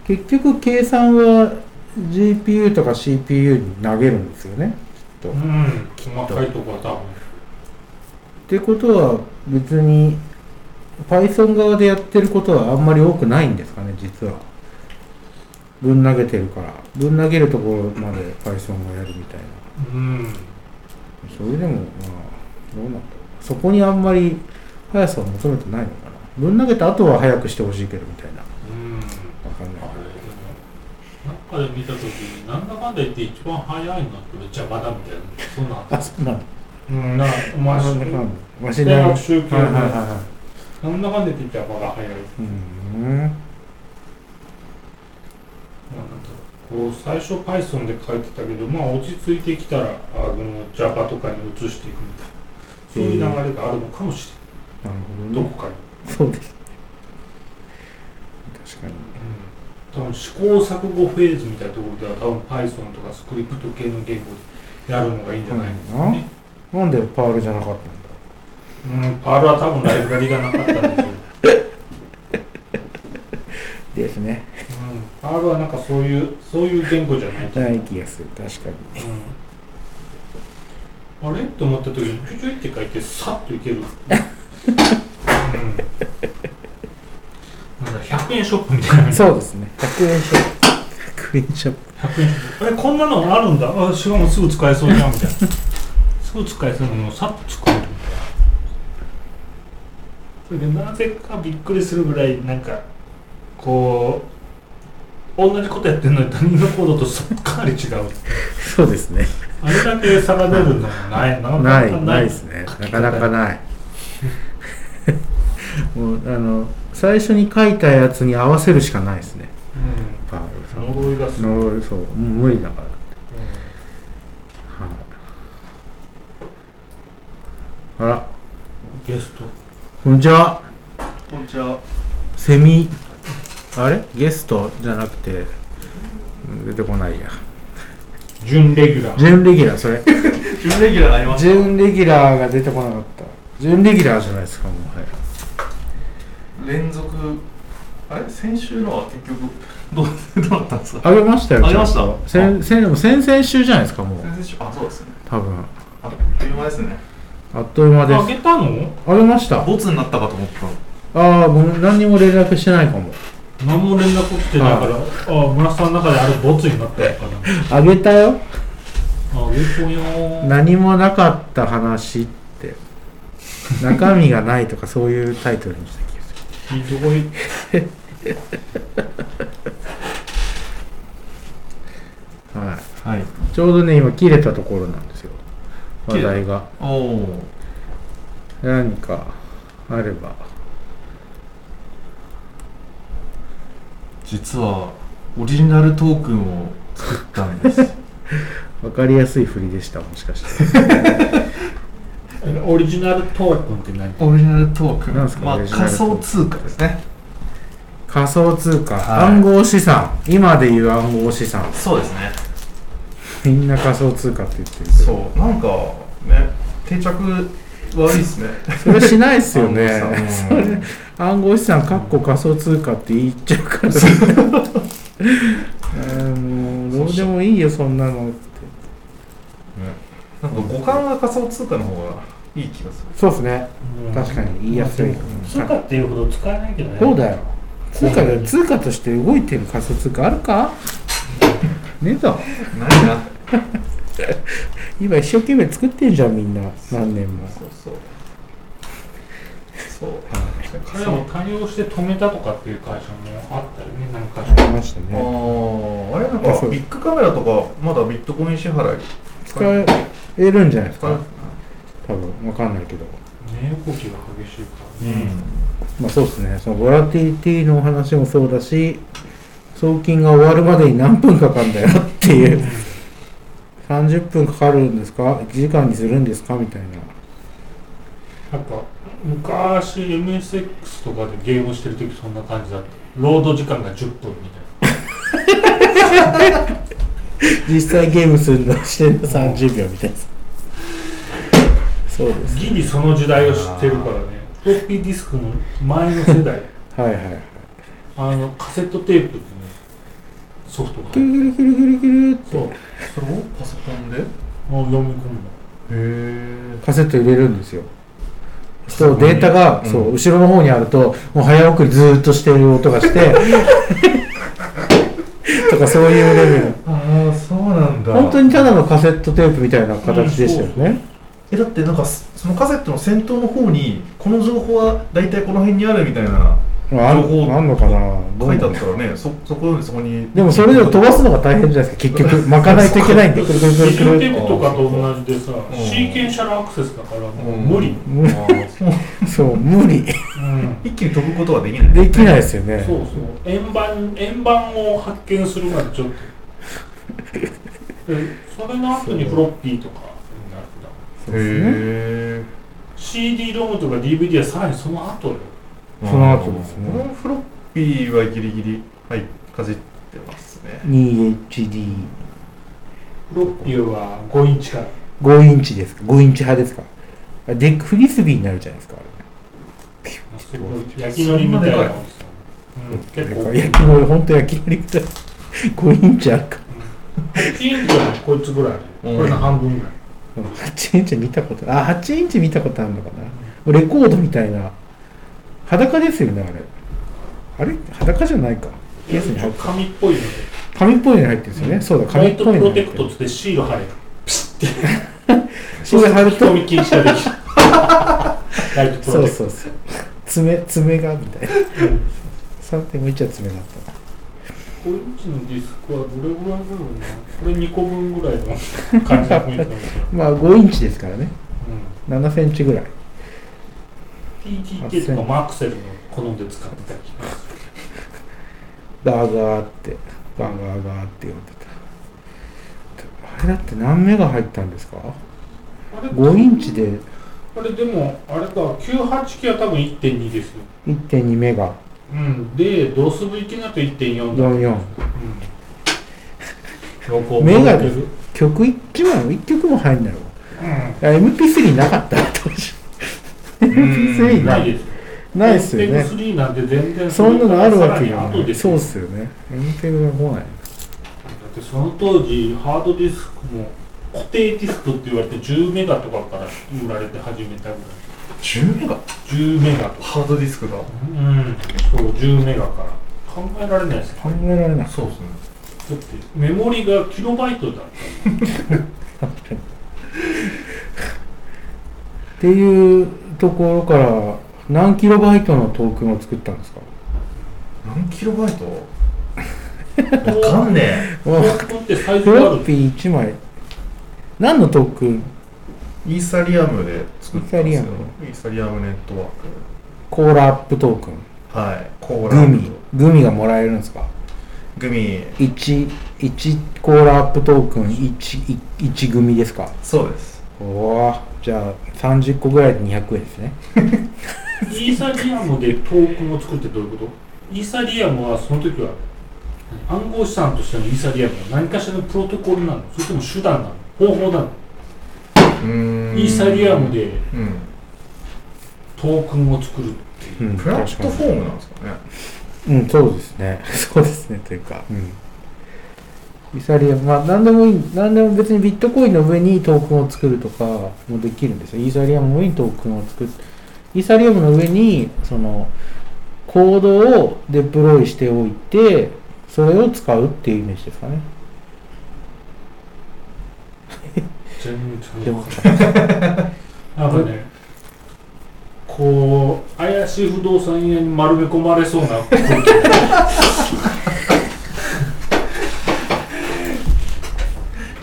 結局計算は GPU とか CPU に投げるんですよねな。うん、細かいとこは多分。ってことは別に Python 側でやってることはあんまり多くないんですかね実はぶん投げてるからぶん投げるところまで Python がやるみたいなうん。それでもまあどうなんだろうそこにあんまり速さを求めてないのかなぶん投げた後は速くしてほしいけどみたいなうん。わかんあないれ、でも、なんかで見たときに、なんだかんだ言って一番早いのって邪魔だみたいな。そんな。あそうなんだうん、なんか、まあ、わし大わしだよ学集計はいはいはいなはんだかんだ言って邪魔が早い。いうんまあなんだろうこう最初 Python で書いてたけど、まあ、落ち着いてきたらあの Java とかに移していくみたいなそういう流れがあるのかもしなるほどれなねい、どこかに、そうです確かにうん、多分試行錯誤フェーズみたいなところでは多分 Python とかスクリプト系の言語でやるのがいいんじゃないですかね、なんでパールじゃなかったんだうん、パールは多分ライブラリがなかったんでしょう、うん、ですねパールはなんかそういうそういう言語じゃないと思う大気がする確かにうんあれと思った時にジュジュイって書いてさっといけ る、うん、なんだ100円ショップみたいなそうですね100円ショップ100円ショップ100円ショップあれこんなのあるんだあしかもすぐ使えそうじゃんみたいなすぐ使えそうなのをさっと使えるそれでなぜかびっくりするぐらいなんかこう同じことやってるのに他人のコードとそっかなり違うそうですねあれだけ差が出るのもないなかななかいないですね書なきか方なか ないもうあの最初に書いたやつに合わせるしかないですねうパールさん、呪いがすんごい、うんのそうもう無理だからはいあらゲストこんにちはこんにちは。セミあれゲストじゃなくてうん出てこないや準レギュラー。準レギュラー それ準レギュラーがありました。準レギュラーが出てこなかった準レギュラーじゃないですかもうはい連続、あれ先週のは結局、どう、どうだったん ですかあげましたよあげましたちゃんと先先でも先々週じゃないですかもう先々週、あ、そうですね。多分あっという間ですね。あっという間であすげたのあげましたあボツになったかと思った。あーごめん何にも連絡してないかも何も連絡来てないから、ああ、村瀬さんの中であれボツになったのかな。あげたよあげぽよー。何もなかった話って中身がないとかそういうタイトルにした気がするひどい。はいはい。ちょうどね、今切れたところなんですよ。話題が。おお。何かあれば。実はオリジナルトークンを作ったんですわかりやすい振りでした、もしかして。オリジナルトークンって何 オリジナルトークなんすかまあオリジナル仮トークン想通貨ですね仮想通貨、はい暗号資産。今で言う暗号資産。そうですねみんな仮想通貨って言ってるけど。そうなんかね定着悪いですねそれしないっすよね。 それ暗号資産、かっこ仮想通貨って言っちゃうから。えーもう、どうでもいいよ、そんなのって。なんか五感が仮想通貨の方がいい気がするそうっすね。うん確かに言いやすいまあ通貨っていうほど使えないけどね。そうだよ。通貨で、通貨として動いてる仮想通貨あるかねえぞ。ないな今一生懸命作ってんじゃんみんな何年もそうそうそう彼らも対応して止めたとかっていう会社もあったよね、なんか。ありましたあねーあれなんあそかうビッグカメラとかまだビットコイン支払い使えるんじゃないです使えか多分わかんないけど値動きが激しいからうね。んまあそうですねそのボラティティのお話もそうだし送金が終わるまでに何分かかるんだよっていう30分かかるんですか1時間にするんですかみたいななんか、昔 MSX とかでゲームしてる時そんな感じだった。労働時間が10分みたいな。実際ゲームするのしてんの30秒みたいなそうですギリその時代を知ってるからね。フロッピーディスクの前の世代。はいはいあの、カセットテープでね、ソフトがく入るってくるくるくるくるってそうそれをパソコンでへ読み込んだ。えカセット入れるんですよそうデータが、うんそう後ろの方にあるともう早送りずーっとしてる音がして とかそういうレベルああそうなんだ本当にただのカセットテープみたいな形でしたよね、えだってなんかすそのカセットの先頭の方にこの情報は大体この辺にあるみたいなあん情報あんのかなどう書ないんてあだったらねそそこよりそこにでもそれでも飛ばすのが大変じゃないですか結局巻かないといけないんでくるくるくシるジくュるテ ープとかと同じでさ、んシーケンシャルアクセスだからもう無理。うん。あーそうそう無理一気に飛ぶことはできないできないですよねそうそう円盤円盤を発見するまでちょっとでそれの後にフロッピーとかになるんだそうですねへえ CD ロムとか DVD はさらにその後よその後ですねこのフロッピーはギリギリはいかじってますね 2HD5 フロッピーは5インチからインチですか5インチ派ですかあデックフリスビーになるじゃないですかあれすごい焼きのりみたいなのですようん、結構焼きのり、本当焼きのりみたい。5インチあるか。 8インチはこいつぐらいあるうんこれの半分ぐらい8インチ見たこと、あ、8インチ見たことあるのかな。レコードみたいな。裸ですよね、あれ。あれ裸じゃないか。ケースに入って紙っぽいので紙っぽいのに入ってるんですよね。そうだ、ラ紙っイトぽいプのロに入テっクてトっる。つってシール貼れるピシッてシール貼ると人見禁止 ができるライトプそロうテクそトうそう。爪、爪が、みたいな。うん3.5インチは爪だった。これうちのディスクはどれぐらいだろうなこれ2個分ぐらいの感じの雰囲気なんですよ、まあ、5インチですからね。7センチぐらい。うん、TTK とかマークセルの好んで使ってたりしますバーガーって、バーガーガーって呼んでた。あれだって何目が入ったんですかあれ5インチであれでもあれか989は多分1.2ですよ1.2メガうんで同数分いきなと1.4だ44うんよくメガ覚えでてする曲1枚1曲も入んだろうんあ MP3 なかった当時う MP3 んなないですないっすよね MP3 なんて全然そんなのあるわけさがらなに後でいすそうっすよね MP3 が来ないだってその当時ハードディスクも固定ディスクって言われて10メガとかから売られて始めたぐらい10メガ10メガとかハードディスクがうんそう10メガから考えられないですだ考えられないそうですねってメモリがキロバイトだったっていうところから何キロバイトのトークンを作ったんですか何キロバイトわかんねもうトークンってサイズフがあロるッピー1枚何のトークンえイーサリアムで作ったんですイーサリよアイーサリアムネットワーコーラアップトークンクはいコーラグミグミがもらえるんですかグミ 1, 1コーラアップトークン 1, 1グミですかそうですおおじゃあ30個ぐらいで200円ですねイーサリアムでトークンを作ってどういうことイーサリアムはその時は暗号資産としてのイーサリアムは何かしらのプロトコルなのそれとも手段なの方法なのうーんイーサリアムでうんトークンを作るうんプラッ確トかフォームなんですかねにうんそうですね そうですねというかうんイサリアムまあ何でもいい何でも別にビットコインの上にトークンを作るとかもできるんですよイーサリアムの上にトークンを作るイーサリアムの上にそのコードをデプロイしておいてそれを使うっていうイメージですかね全で然もなんかねこう怪しい不動産屋に丸め込まれそうな空気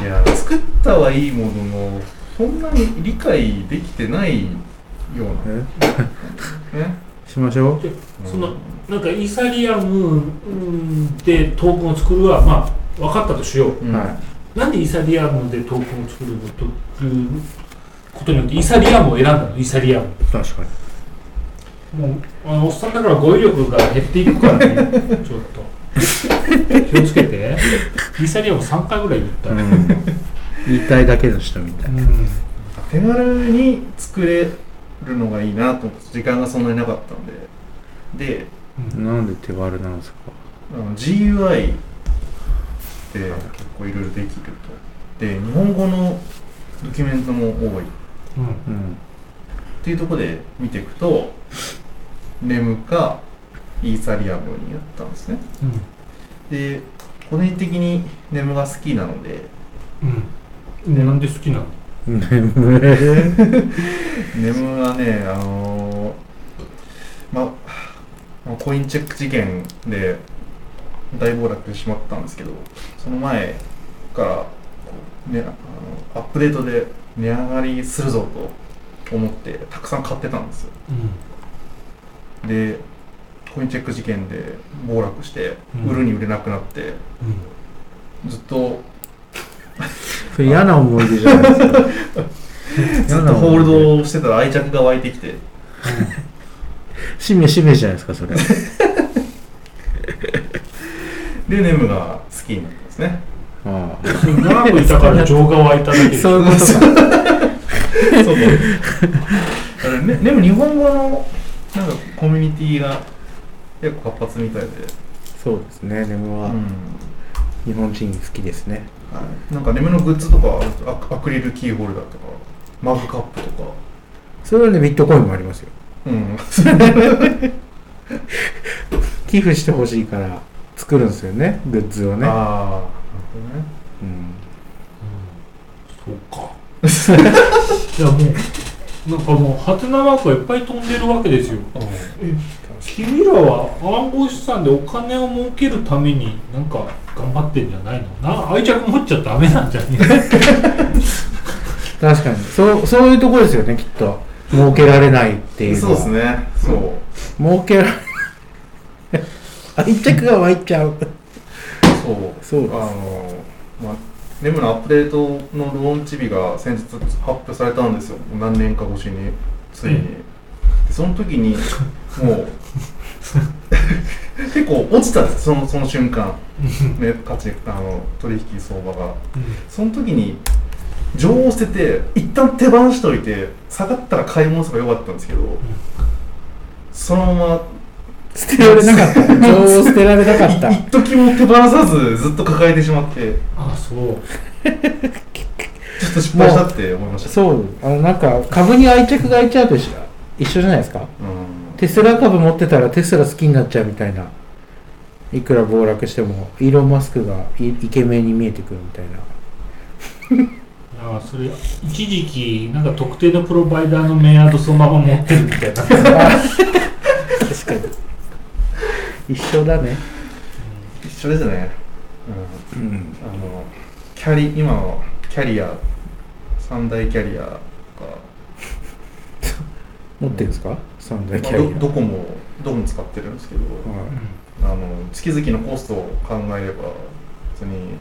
いや作ったはいいもののそんなに理解できてないようなね しましょうそのなんかイーサリアムうんでトークンを作るはまあ分かったとしよううんはなんでイーサリアムでトークンを作るのということによってイーサリアムを選んだのイーサリアム確かにもうあのおっさんだから語彙力が減っていくから ねちょっと気をつけてイーサリアム3回ぐらい言ったね、 言いたいだけの人みたいなうん手軽に作れるのがいいなと思って時間がそんなになかったんででなんで手軽なんですかあの GUI って結構いろいろできるとで日本語のドキュメントも多いっうんうんていうところで見ていくとネムかイーサリアムにやったんですねで個人的にネムが好きなのでうん、ね、なんで好きなの眠 れネムはねあのーままあコインチェック事件で大暴落してしまったんですけどその前からこう、ね、あのアップデートで値上がりするぞと思ってたくさん買ってたんですよでコインチェック事件で暴落してうん売るに売れなくなって、ずっとそれ嫌な思い出じゃないです かずっとホールドをしてたら愛着が湧いてきてしめしめじゃないですかそれでネムが好きになったんですねああそれ長くいたから情が湧いただけ でそういうことか そうそうね、でも日本語のなんかコミュニティが結構活発みたいで、そうですね眠うはん日本人好きですねはい、なんかネムのグッズとかアクアクリルキーホルダーとかマグカップとか、それはねビットコインもありますようん、寄付してほしいから作るんですよねグッズをね、あうん、そうかいやもうなんかもうハテナマークがいっぱい飛んでるわけですよあなるほどね君らは暗号資産でお金を儲けるためになんか頑張ってんじゃないのな愛着持っちゃダメなんじゃねえ確かにそうそういうとこですよねきっと儲けられないっていうそのうはですねそう儲けられ 愛着が湧いちゃうそうそうですあの、まあ、ネムのアップデートのローンチ日が先日発表されたんですよ何年か越しについに、うんでその時にもう 結構落ちたんですそのその瞬間、ね、価値あの取引相場がその時に情を捨てて一旦手放しておいて下がったら買い戻せばよかったんですけど、そのまま捨てられなか った情を捨てられなかったい一時も手放さずずっと抱えてしまって あそうちょっと失敗したって思いましたそうあのなんか株に愛着がいちゃうと一緒一緒じゃないですかうんテスラ株持ってたらテスラ好きになっちゃうみたいないくら暴落してもイーロン・マスクがイイケメンに見えてくるみたいなあそれ一時期なんか特定のプロバイダーのメアドそのまま持ってるみたいな確かに一緒だね一緒ですね、うんうん、あのキャリ今のキャリア三大キャリアが持ってるんですか三大まキャあリアどどこもどこも使ってるんですけど、あの月々のコストを考えれば別に、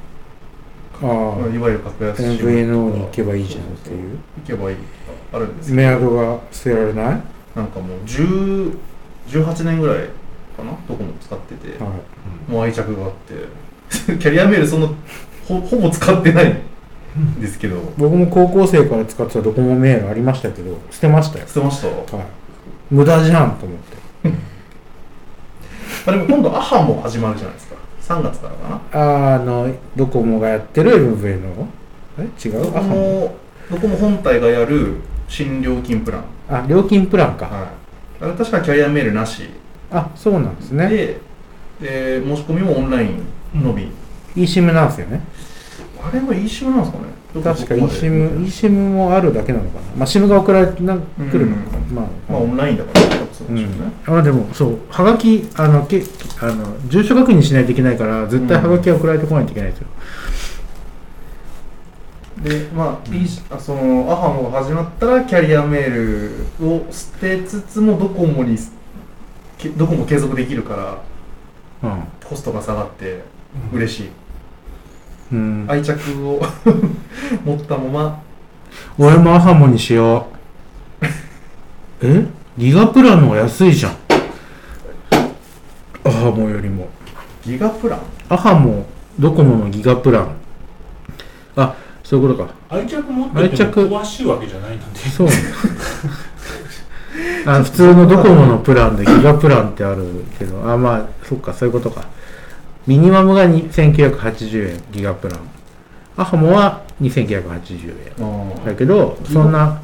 まあ、はいいわゆる格安ああ MVNO に行けばいいじゃんっていう行けばいいあるんですけメどアドが捨てられない、はなんかもう10 18年ぐらいかなどこも使ってて、い、もう愛着があって キャリアメールそんなほほぼ使ってないんですけど僕も高校生から使ってたドコモメールありましたけど捨てましたよ、捨てましたはい、無駄じゃんと思ってあでも今度アハも始まるじゃないですか3月からかなあのドコモがやってる MVNO え違どうこあもどこも本体がやる新料金プラン、あ料金プランか、はい、あれ確かキャリアメールなしあそうなんですねで、えー申し込みもオンラインのみ、 eSIM なんですよねあれも eSIM なんですかねどこ確かどこまで eSIM eSIM もあるだけなのかなまあ SIM が送られてなくるのかうんまあ、まあオンラインだからそううでしょうね、ん、あでもそうはがきあのけあの住所確認しないといけないから絶対はがきは送られてこないといけないですよ、でまあ、いいしあそのアハモが始まったらキャリアメールを捨てつつもドコモにけドコモ継続できるからうんコストが下がって嬉しい、うん、愛着を 持ったまま俺もアハモにしようえギガプランの方が安いじゃんアハモよりもギガプランアハモドコモのギガプランあそういうことか愛着持ってて愛着も詳しいわけじゃないのでそう あ普通のドコモのプランでギガプランってあるけどあまあそっかそういうことかミニマムがに1980円ギガプランアハモは2980円だけどそんな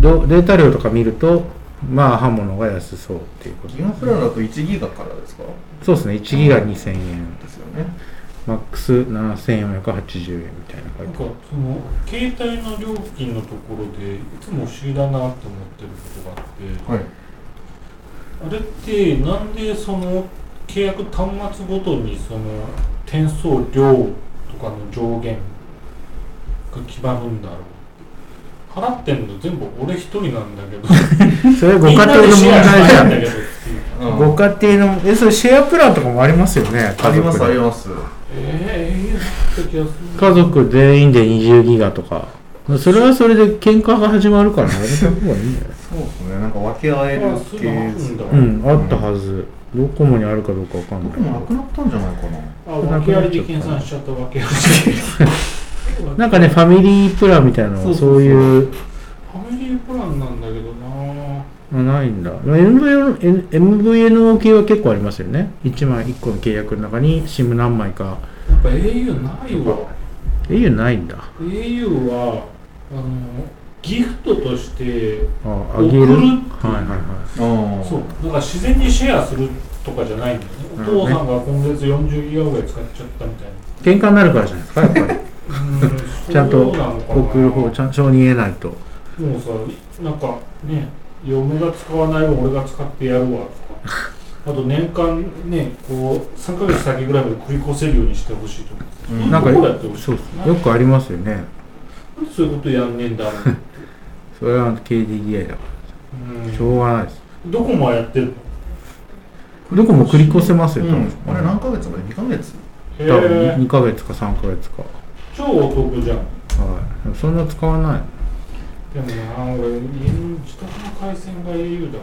どデータ量とか見るとまあアハモのが安そうっていうことギガプランだと1ギガからですかそうですね1ギガ2000円ですよねマックス7480円みたいなな感んじかその携帯の料金のところでいつも不思議だなって思ってることがあって、はいあれってなんでその契約端末ごとにその転送量とかの上限が決まるんだろう払ってんの全部俺一人なんだけ どそれごみ家ん庭なので問シェア題じしゃたいんだんけどっていうご家庭のえそれシェアプランとかもありますよねあ家り族ますあでりますええええー、気がする家族全員で20ギガとかそれはそれで喧嘩が始まるからやめた方がいいんじゃないそうですねなんか分け合えるあそう系いうのあでるすんだうんあったはずドコモにあるかどうかわかんどないこもなくなったんじゃないかなあ訳ありで計算しちゃった訳ありで なんかねファミリープランみたいなのはそういうファミリープランなんだけどなあないんだ MVNO, MVNO 系は結構ありますよね1枚1個の契約の中に SIM 何枚かやっぱ au ないわ au ないんだ au はあのギフトとしてああげる送るはいはいはあそうだから自然にシェアするとかじゃないんだよねおなるほど父ねさんが今月40ギガぐらい使っちゃったみたいない喧嘩になるからじゃないですかやっぱり うんちゃんとそうなのかな送る方ちゃん承認得ないともうさなんかね嫁が使わない分俺が使ってやる わとかあと年間ねこう3ヶ月先ぐらいまで繰り越せるようにしてほしいとか、ううんなんかどうやってほしいそうそうよくありますよねなんでそういうことやんねえんだうそれは KDDI だからしょんうがないですどこもやってるのどこも繰り越せますよ、うん、あれ何かヶ月まで2ヶ月へえ2ヶ月か3ヶ月か超お得じゃんはいでもそんな使わないでもな俺自宅の回線が au だか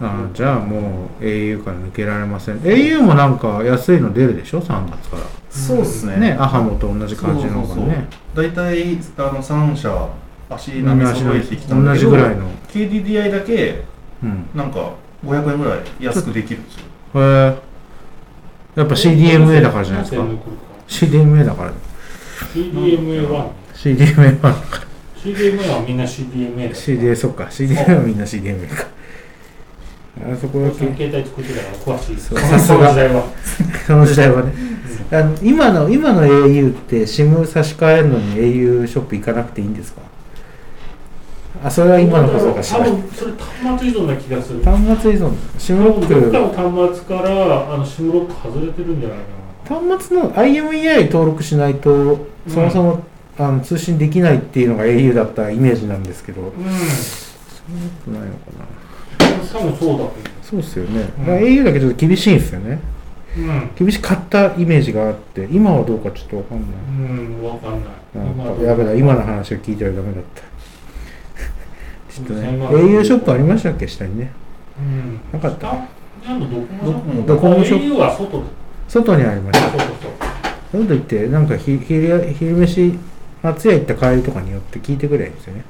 らなあじゃあもう au から抜けられません au もなんか安いの出るでしょ3月かそうっすねらねアハモと同じ感じのそがうそうそうね大体あの3社足同並みじ揃えてきたん同だけじどぐらいの KDDI だけうんなんか500円ぐらい安くできるんですよへえやっぱ CDMA だからじゃないですか何線で来る CDMA だから CDMA は CDMA は CDMA はみんな CDMA だ CDA そっか CDA はみんな CDMA かあそこだ俺さけん携帯作ってたから詳しいですそうさすがこの時代はその時代はねあの今の今の au って SIM 差し替えるのに au ショップ行かなくていいんですかあそれは今のことだから知多らない分それ端末依存な気がする多端末依存 SIM ロ分どっかックの端末からあの SIM ロック外れてるんじゃないかな端末の IMEI 登録しないとそもそも、あの通信できないっていうのが au だったイメージなんですけどうんないのかな多分そうだけそうっすよね、うんだから au だけちょっと厳しいんですよねどうん厳しかったイメージがあって今はどうかちょっとわかんないうん、わかんない。なんか今やどべうだ今の話を聞いたらダメだ ったちょっとね今 au ショップありましたっけ下にねうん。なかった下なんだドコモドコモドコモショップ au は外だ。外にありましたそうそうそう。そうと言ってなんかひ昼昼飯松屋行った帰りとかによって聞いてくれいいんですよね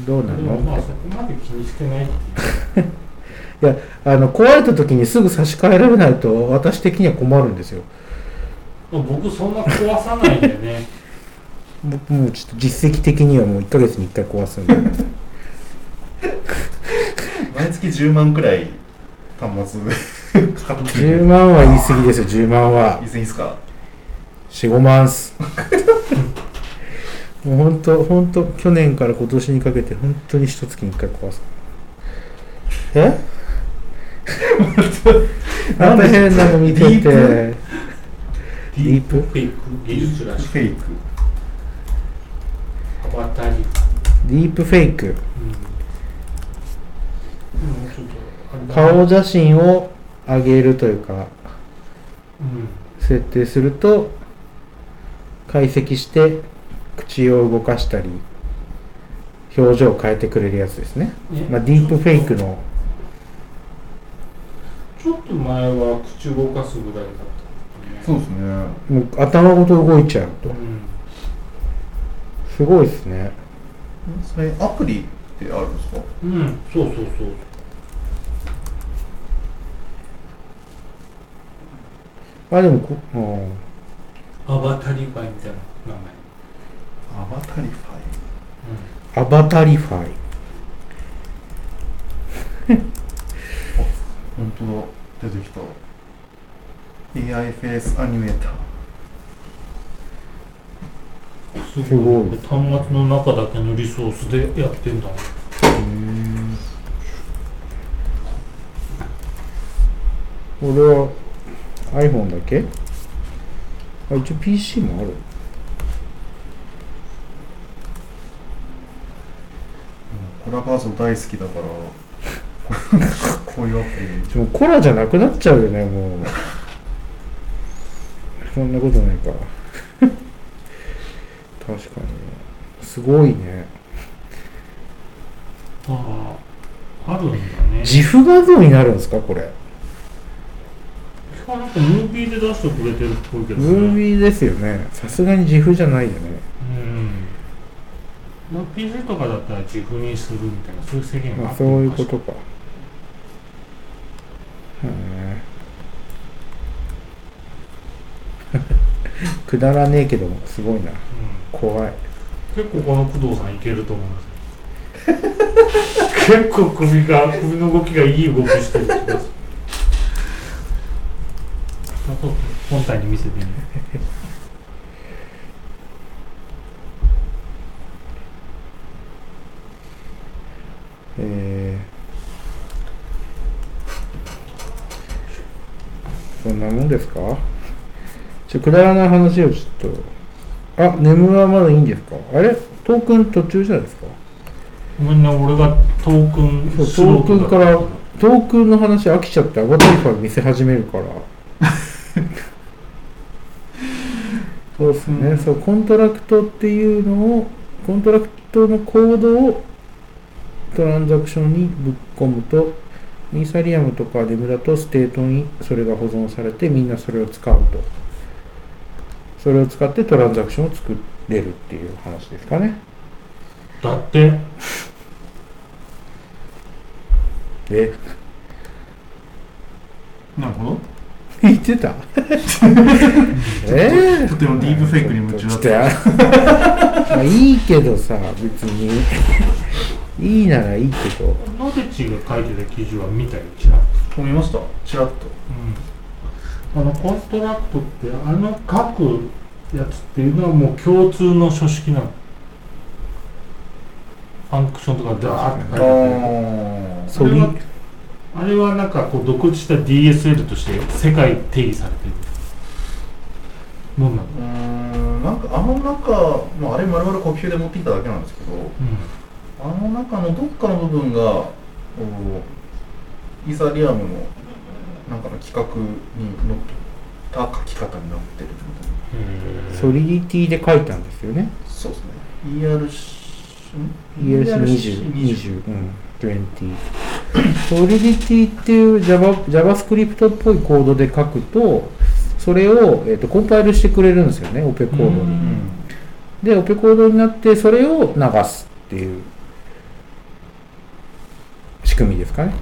うん。どうなでもまあのそこまで気にしてないっていう。あの壊れた時にすぐ差し替えられないと私的には困るんですよ僕そんな壊さないんでね。僕もうちょっと実績的にはもう1ヶ月に1回壊すんで毎月10万くらい端末 かかって10る万は言い過ぎですよ10万はいついいですか45万っすもうほんとほんと去年から今年にかけて本当に一月に一回壊すえあんた変なの見てディて ディープフェイク技術らしい。フェイクアバタリ。うん。でディープフェイクもちょっとあれだな。顔写真を上げるというかうん。設定すると解析して口を動かしたり表情を変えてくれるやつですね、ねまあ、ディープフェイクのちょっと前は口動かすぐらいだったそもんね。うですねもう頭ごと動いちゃうとうん。すごいですねそれアプリってあるんですかうん、そうそうそう。あでもこ、うん、アバタリファイみたいな名前。アバタリファアイバタリファイ本当だ出てきた AI フェイスアニメーターうん、すごい端末の中だけのリソースでやってんだ俺は iPhone だけあ一応 PC もあるコラ画像大好きだから こういうアプリでもコラじゃなくなっちゃうよねもうそんなことないか 確かにねすごいねあああるんだね自負画像になるんですかこれしかもなんかムービーで出してくれてるっぽいけどねムービーですよねさすがに自負じゃないよねうんまあ PC とかだったら自負にするみたいなそういう制限がまああってそういうこかとかへえ くだらねえけどすごいなし怖いら、うん、結構この工藤さんいけると思います結構首が首の動きがいい動きしてる気がするあと本体に見せてみるえー、そんなもんですかちょくだらない話をちょっとあ眠はまだいいんですかあれトークン途中じゃないですかごめんね、俺がトークンそうスロトークンープかだらトークンの話飽きち ゃってアバタリファイ見せ始めるからそうですね、うんそうコントラクトっていうのをコントラクトのコードをトランザクションにぶっ込むとイーサリアムとかデムだとステートにそれが保存されてみんなそれを使うとそれを使ってトランザクションを作れるっていう話ですかねだってえ なるほど言ってた え ーとてもディープフェイクに夢中だったちょっとまあいいけどさ別にいいならいいけど野口が書いてた記事は見たよちらっと見ましたちらっとうんあのコントラクトってあの書くやつっていうのはもう共通の書式なのファンクションとかダーって書いてあってあソリそれはあれはなんかこう独立した DSL として世界に定義されてるもんなの、うーんなんかあの中、まあ、あれ丸々呼吸で持ってきただけなんですけどう、あの中のどっかの部分がこうイーサリアムのなんかの企画に乗った書き方になってるみたいなんへーソリディティで書いたんですよねそうですね ERC ん ES2020 うん20ソリディティっていう Java JavaScript っぽいコードで書くとそれを、えー、とコンパイルしてくれるんですよねオペコードうにうんでオペコードになってそれを流すっていう仕組みですかね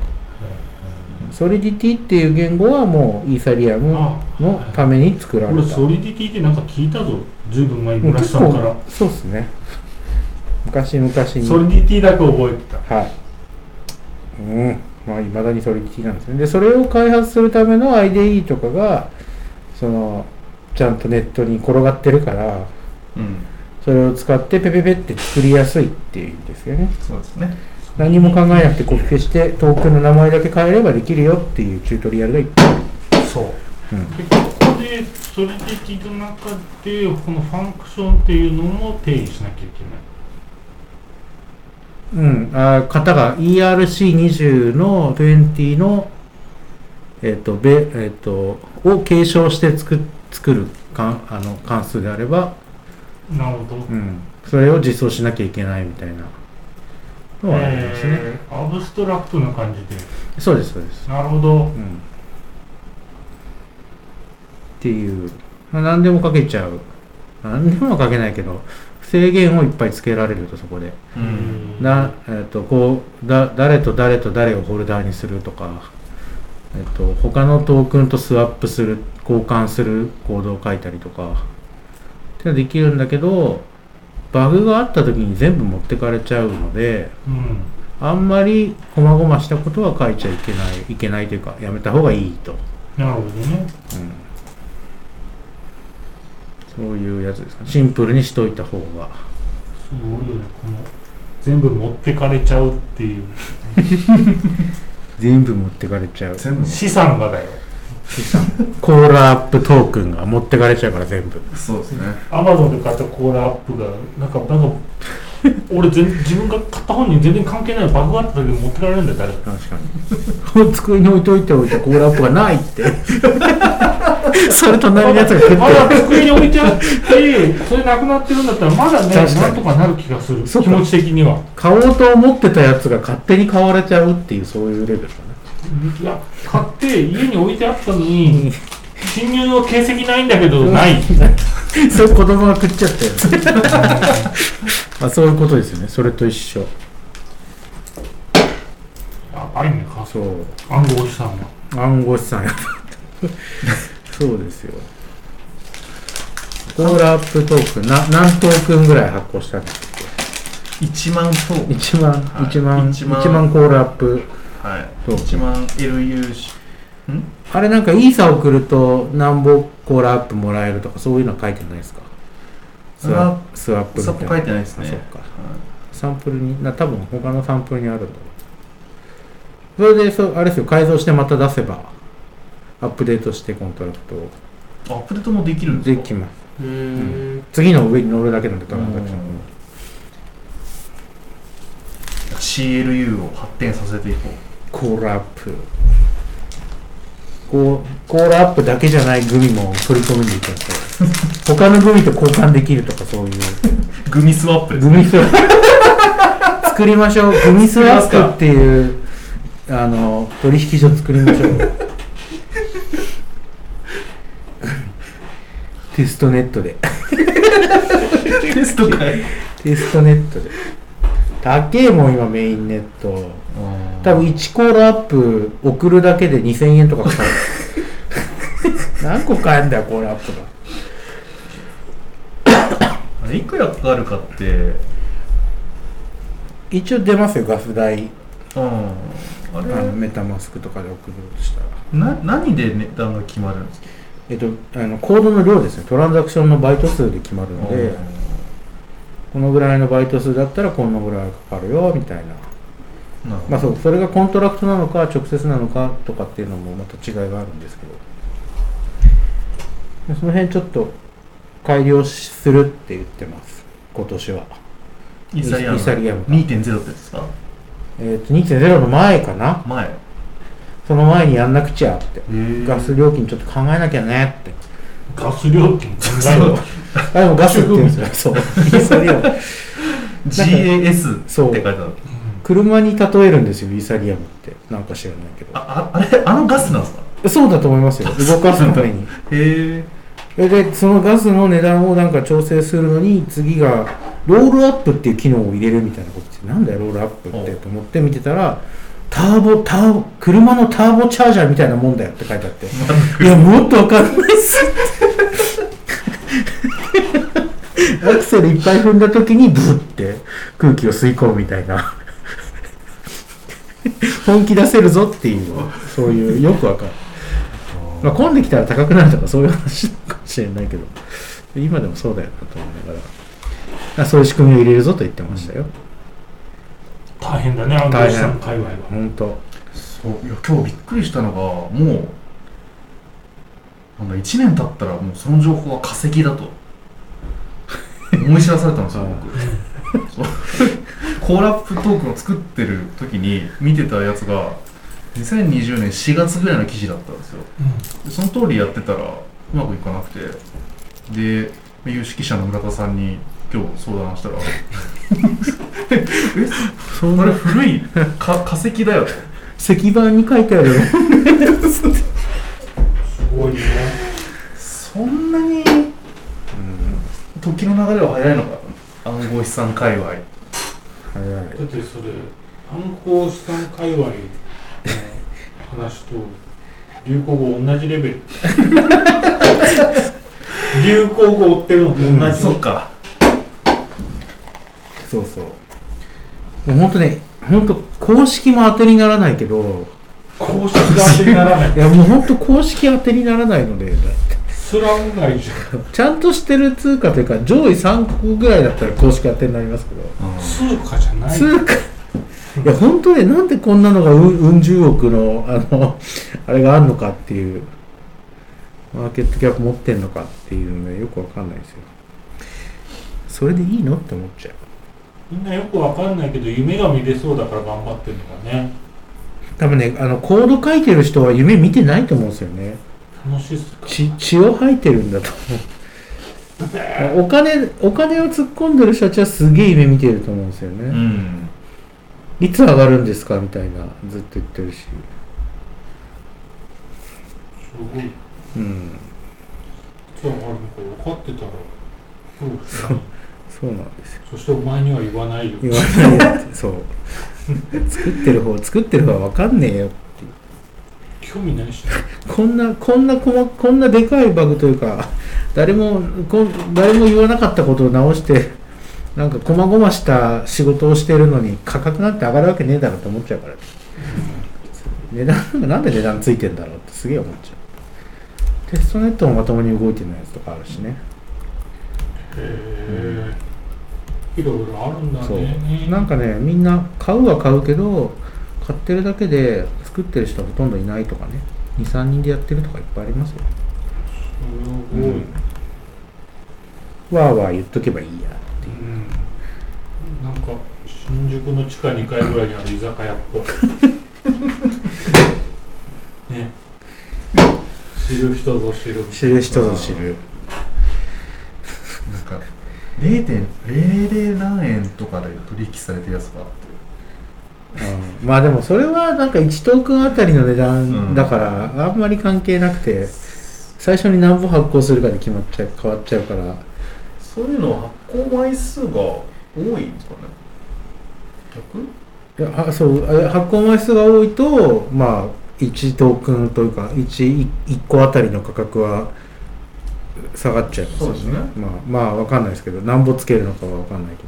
ソリディティっていう言語はもうイーサリアムあのために作られ俺たソリディティってなんか聞いたぞずいぶん前にもう村瀬結さんから構そうですね昔々にソリディティだけ覚えてたはい。うん。まあ、いまだにそれ聞きなんですね。で、それを開発するための IDE とかが、その、ちゃんとネットに転がってるから、うんそれを使ってペペペって作りやすいっていうんですよね。そうですね何も考えなくてコピペして、トークンの名前だけ変えればできるよっていうチュートリアルがいっぱいある。そううんでここでそれで聞いた中でこのファンクションっていうのも定義しなきゃいけないうん、あー型が ERC20 の20の、えっ、と、べ、えっ、と、を継承して作、作る関、あの、関数であれば、なるほど、うん、それを実装しなきゃいけないみたいなのはありますね、えーアブストラクトな感じでそうですそうです、なるほどうん、っていう、まあ、何でも書けちゃう何でも書けないけど制限をいっぱいつけられるとそこでうんな、えっとこうだ誰と誰と誰をホルダーにするとか、えっと他のトークンとスワップする交換するコードを書いたりとかってのはできるんだけどバグがあった時に全部持ってかれちゃうのでうんあんまり細々したことは書いちゃいけないいけないというかやめた方がいいと、うん、なるほどねそういうやつですかねシンプルにしといた方がすごいよねこの全部持ってかれちゃうっていう全部持ってかれちゃう全部資産がだよコーラアップトークンが持ってかれちゃうから全部そうですねアマゾンで買ったコーラアップがなんかなんか 俺全自分が買った本に全然関係ないバグがあった時に持ってかれるんだよ誰か確かに机に置いといておいたコーラアップがないって それ隣のやつが食ってまだ机に置いてあって、それなくなってるんだったら、まだね、確かになんとかなる気がする、気そうか持ち的には。買おうと思ってたやつが勝手に買われちゃうっていうそういうレベルかない や、買って、家に置いてあったのに、侵入の形跡ないんだけど、ない。それ子供が食っちゃったよね あそういうことですよねそれと一緒やばいね、カスそう暗号資産が。暗号資産やそうですよコーラアップトークンな何トークンぐらい発行したの1万そう1万はい1万一万1万コーラアップはいそう1万 LUC あれなんかイーサ送ると何ぼコーラアップもらえるとかそういうの書いてないですかスワスワップみサッたいなプ書いてないですあねそっかはいサンプルにな多分他のサンプルにあるんだろうそれでそうあれですよ改造してまた出せばアップデートしてコントラクトをアップデートもできるんですでかきますへー次の上に乗るだけなんでトランザクションうん CLU を発展させていこコうーラアップこう、コールアップだけじゃないグミも取り込んでいただいて、他のグミと交換できるとかそういう、グミスワップですグねミスワップ、作りましょう。グミスワップっていう、あの、取引所作りましょう。テストネットで。テスト会テストネットで。高えもん今メインネット。多分1コールアップ送るだけで2000円とか かかる何個買えんだよコールアップがあれいくらかかるかって一応出ますよガス代うんああれ、のメタマスクとかで送るとしたらな何で値段が決まるんですかえっとあのコードの量ですねトランザクションのバイト数で決まるので、このぐらいのバイト数だったらこのぐらいかかるよみたいなうんなるほまあそうそれがコントラクトなのか直接なのかとかっていうのもまた違いがあるんですけどでその辺ちょっと改良しするって言ってます今年はどイサリアムイサリアム2.0ってですかえっと2.0の前かな前へその前にやんなくちゃってえガス料金ちょっと考えなきゃねってガス料金考えろあでもガスって言うん ですよそうイサリアム GAS って書いてある車に例えるんですよイサリアムってなんか知らないけどあああれあのガスなんですかそうだと思い ますよ動かすためにへえででそのガスの値段をなんか調整するのに次がロールアップっていう機能を入れるみたいなこと言ってなんだよロールアップっておうと思って見てたらターボターボ車のターボチャージャーみたいなもんだよって書いてあっていやもっとわかんないっすってアクセルいっぱい踏んだ時にブッて空気を吸い込むみたいな本気出せるぞっていうそういうよくわかるまあ、混んできたら高くなるとかそういう話かもしれないけど今でもそうだよなと思いながらあそういう仕組みを入れるぞと言ってましたよ、大変だねあの大変おじさん界隈は本当そういや今日びっくりしたのがもうなんだ1年経ったらもうその情報は化石だと思い知らされたんですよ僕そうコーラップトークンを作ってる時に見てたやつが2020年4月ぐらいの記事だったんですよでその通りやってたらうまくいかなくてで有識者の村田さんに今日相談したらそんこれな古いか化石だよと石板に書いてあるよすごいねそんなに、時の流れは早いのか暗号資産界隈はいだってそれ観光資産界隈の話と流行語同じレベ ル流行語追ってるのと同じ、そうかそうそうもう本当ね本当公式も当てにならないけど公式が当てにならないいやもう本当公式当てにならないのでだってスラム街じゃんちゃんとしてる通貨というか上位3個ぐらいだったら公式当てになりますけど通貨じゃない通貨いや本当ねなんでこんなのがうんうん十億のあのあれがあるのかっていうマーケットキャップ持ってんのかっていうのがよくわかんないですよそれでいいのって思っちゃうみんなよくわかんないけど夢が見れそうだから頑張ってるのかね多分ねあのコード書いてる人は夢見てないと思うんですよね楽しいっすか血血を吐いてるんだと 思うお金お金を突っ込んでる人たちはすげえ夢見てると思うんですよね、うんいつ上がるんですかみたいなずっと言ってるしすごいうん今日もあるのか分かってたら今日来ないそうなんですよそしてお前には言わないよ言わないって そう作ってる方作ってる方は分かんねえよ興味ないしこんなこんなこまこんなでかいバグというか誰もこん誰も言わなかったことを直してなんか細々した仕事をしてるのに価格なんて上がるわけねえだろって思っちゃうから値段なんで値段ついてんだろうってすげえ思っちゃうテストネットもまともに動いてないやつとかあるしねへえいろいろあるんだそうねなんかねみんな買うは買うけど買ってるだけで作ってる人はほとんどいないとかね23人でやってるとかいっぱいありますよ、すごい、うんわーわー言っとけばいいやなんか新宿の地下2階 ぐらいにある居酒屋っぽいね知る人ぞ知る。知る人ぞ知る。なんか0.00何円とかで取引されてるやつがあってうんまあでもそれはなんか1トークンあたりの値段だからあんまり関係なくて最初に何本発行するかで決まっちゃう変わっちゃうからそういうの発行枚数が多いんですかね逆いやはそうあ発行枚数が多いとまあ1トークンというか 1, 1個あたりの価格は下がっちゃいますよそうですねまあまあわかんないですけど何本つけるのかはわかんないけ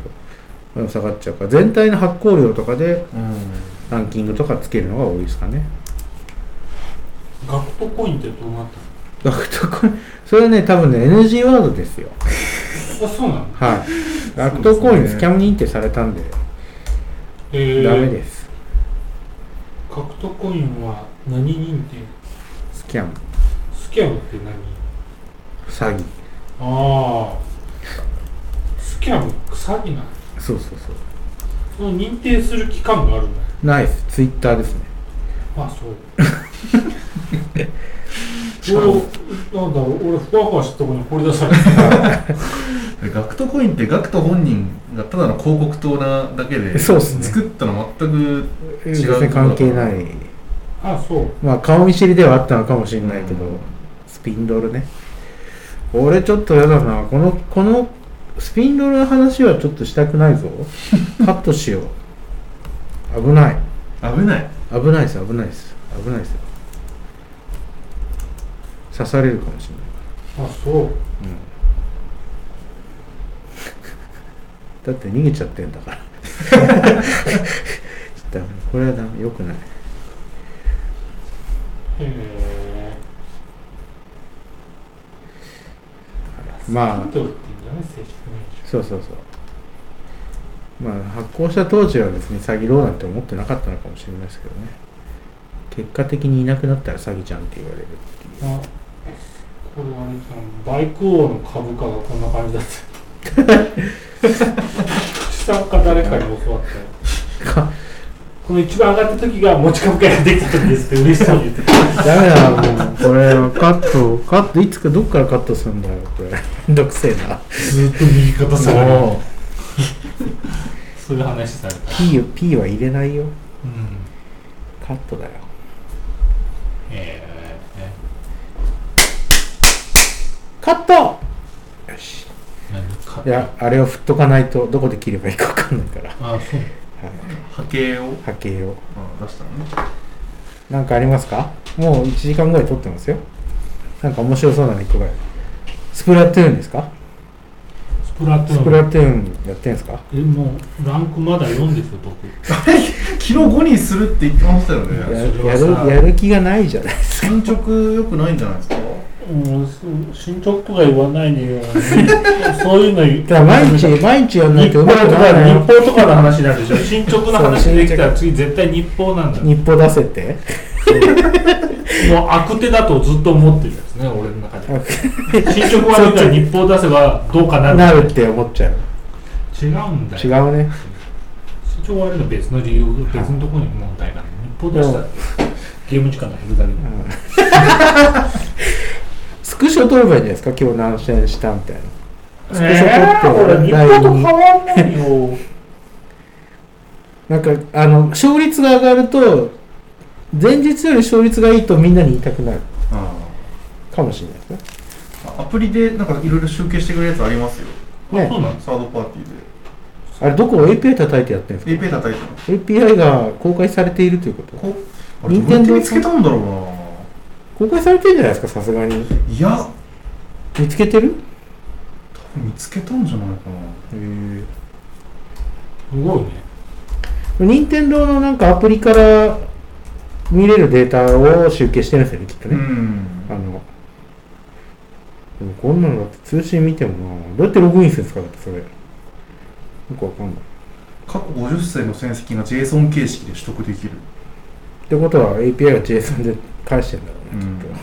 どうん下がっちゃうから全体の発行量とかでうんランキングとかつけるのが多いですかねガクトコインってどうなっただからこれそれはね多分ね NG ワードですよのあ、そうなのはい。ラクトコインスキャン認定されたんで、えー、ダメです。ガクトコインは何認定スキャン、スキャムって何詐欺。ああ。スキャム、詐欺なのそうそうそその認定する期間があるんだよ。う。ナイス、ツイッターですね。まあ そう。俺、なんだろう、俺、ふわふわしたところに放り出された。 でガクトコインってガクト本人がただの広告塔なだけでそうっすね作ったの全く別違うに関係ない。あ、そう。まあ、顔見知りではあったのかもしれないけど、うんスピンドルね。俺ちょっとやだな。この、この、スピンドルの話はちょっとしたくないぞ。カットしよう。危ない。危ない危ないです、危ないです。危ないですよ。刺されるかもしれない。あ、そう。だって逃げちゃってんだから。 ダメこれはダメ、よくない。へえ。まあスキャンドルって言うんじゃない正式名称そうそうそう。まあ、発行した当時は別に詐欺ろうなんて思ってなかったのかもしれないですけどね。結果的にいなくなったら詐欺ちゃんって言われるっていう。あこれはね、バイク王の株価がこんな感じだった。 下か誰かに教わったよ。かこの一番上がった時が持ち株価ができた時ですって嬉しそうに言ってた。 ダメだな、もう。これはカット、カット、いつかどっからカットするんだよ、これ。 めんどくせえな。ずっと右肩下がり。もう、そういう話された。 P を、P は入れないよ。うん。カットだよ。ええカットよし。何か。いや、あれを振っとかないと、どこで切ればいいか分かんないから、あ、そう。波形を波形を。あ出したのねなんかありますかもう1時間ぐらい撮ってますよ。なんか面白そうなの1個ぐらい。スプラトゥーンですかスプラトゥーン。スプラトゥーンやってんですかえ、もう、ランクまだ4ですよ、僕。昨日5にするって言ってましたよやねそれやはさるやる気がないじゃないですか。進捗良くないんじゃないですかうん、そう進捗とか言わないで よ。そういうの言だから毎日、毎日やんない日と報うとまくならか、ない日よ。報とかの話になるでしょ。進捗の話できたら次絶対日報なんだよ。も日報出せって。う悪手だとずっと思ってるやつね、俺の中で。進捗悪いから日報出せばどうかなる。なるって思っちゃう。違うんだよ。違うね。進捗悪いのは別の理由、別のところに問題がある。日報出したらゲーム時間が減るだけだうんスクショ撮ればいいんじゃないですか今日何試合したみたいな。スクショ撮って、えー俺日報と変わんないよ。なんかあの勝率が上がると前日より勝率がいいとみんなに言いたくなるあかもしれないですね。あアプリでなんかいろいろ集計してくれるやつありますよあねそうなんですサードパーティーあれどこ API 叩いてやってるんでです API 叩いてますか ?API が公開されているということこあれどうやって見つけたんだろうな公開されてるんじゃないですかさすがに。いや見つけてる見つけたんじゃないかなへすごいね。任天堂のなんかアプリから見れるデータを集計してるんですよねきっとうね。んあのでもこんなのだって通信見てもなどうやってログインするんですかだってそれ。よくわかんない。過去50歳の戦績が JSON 形式で取得できるってことは API は JSON で返してんだろうね、うんきっと。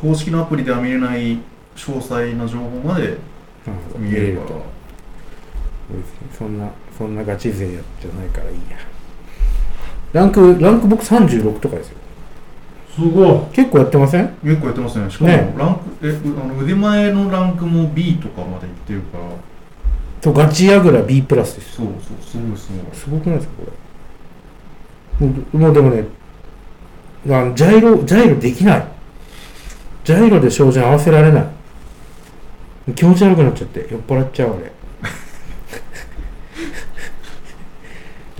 公式のアプリでは見れない詳細な情報までうん見えるからそんなそんなガチ勢じゃないからいいやランクランク僕36とかですよすごい。結構やってません結構やってますねしかもねランク、えあの腕前のランクも B とかまでいってるからそうガチヤグラ B プラスですそうそうすごいすごすごいくないですかこれもうもうでもねあのジャイロジャイロできないジャイロで照準合わせられない気持ち悪くなっちゃって酔っ払っちゃうあれ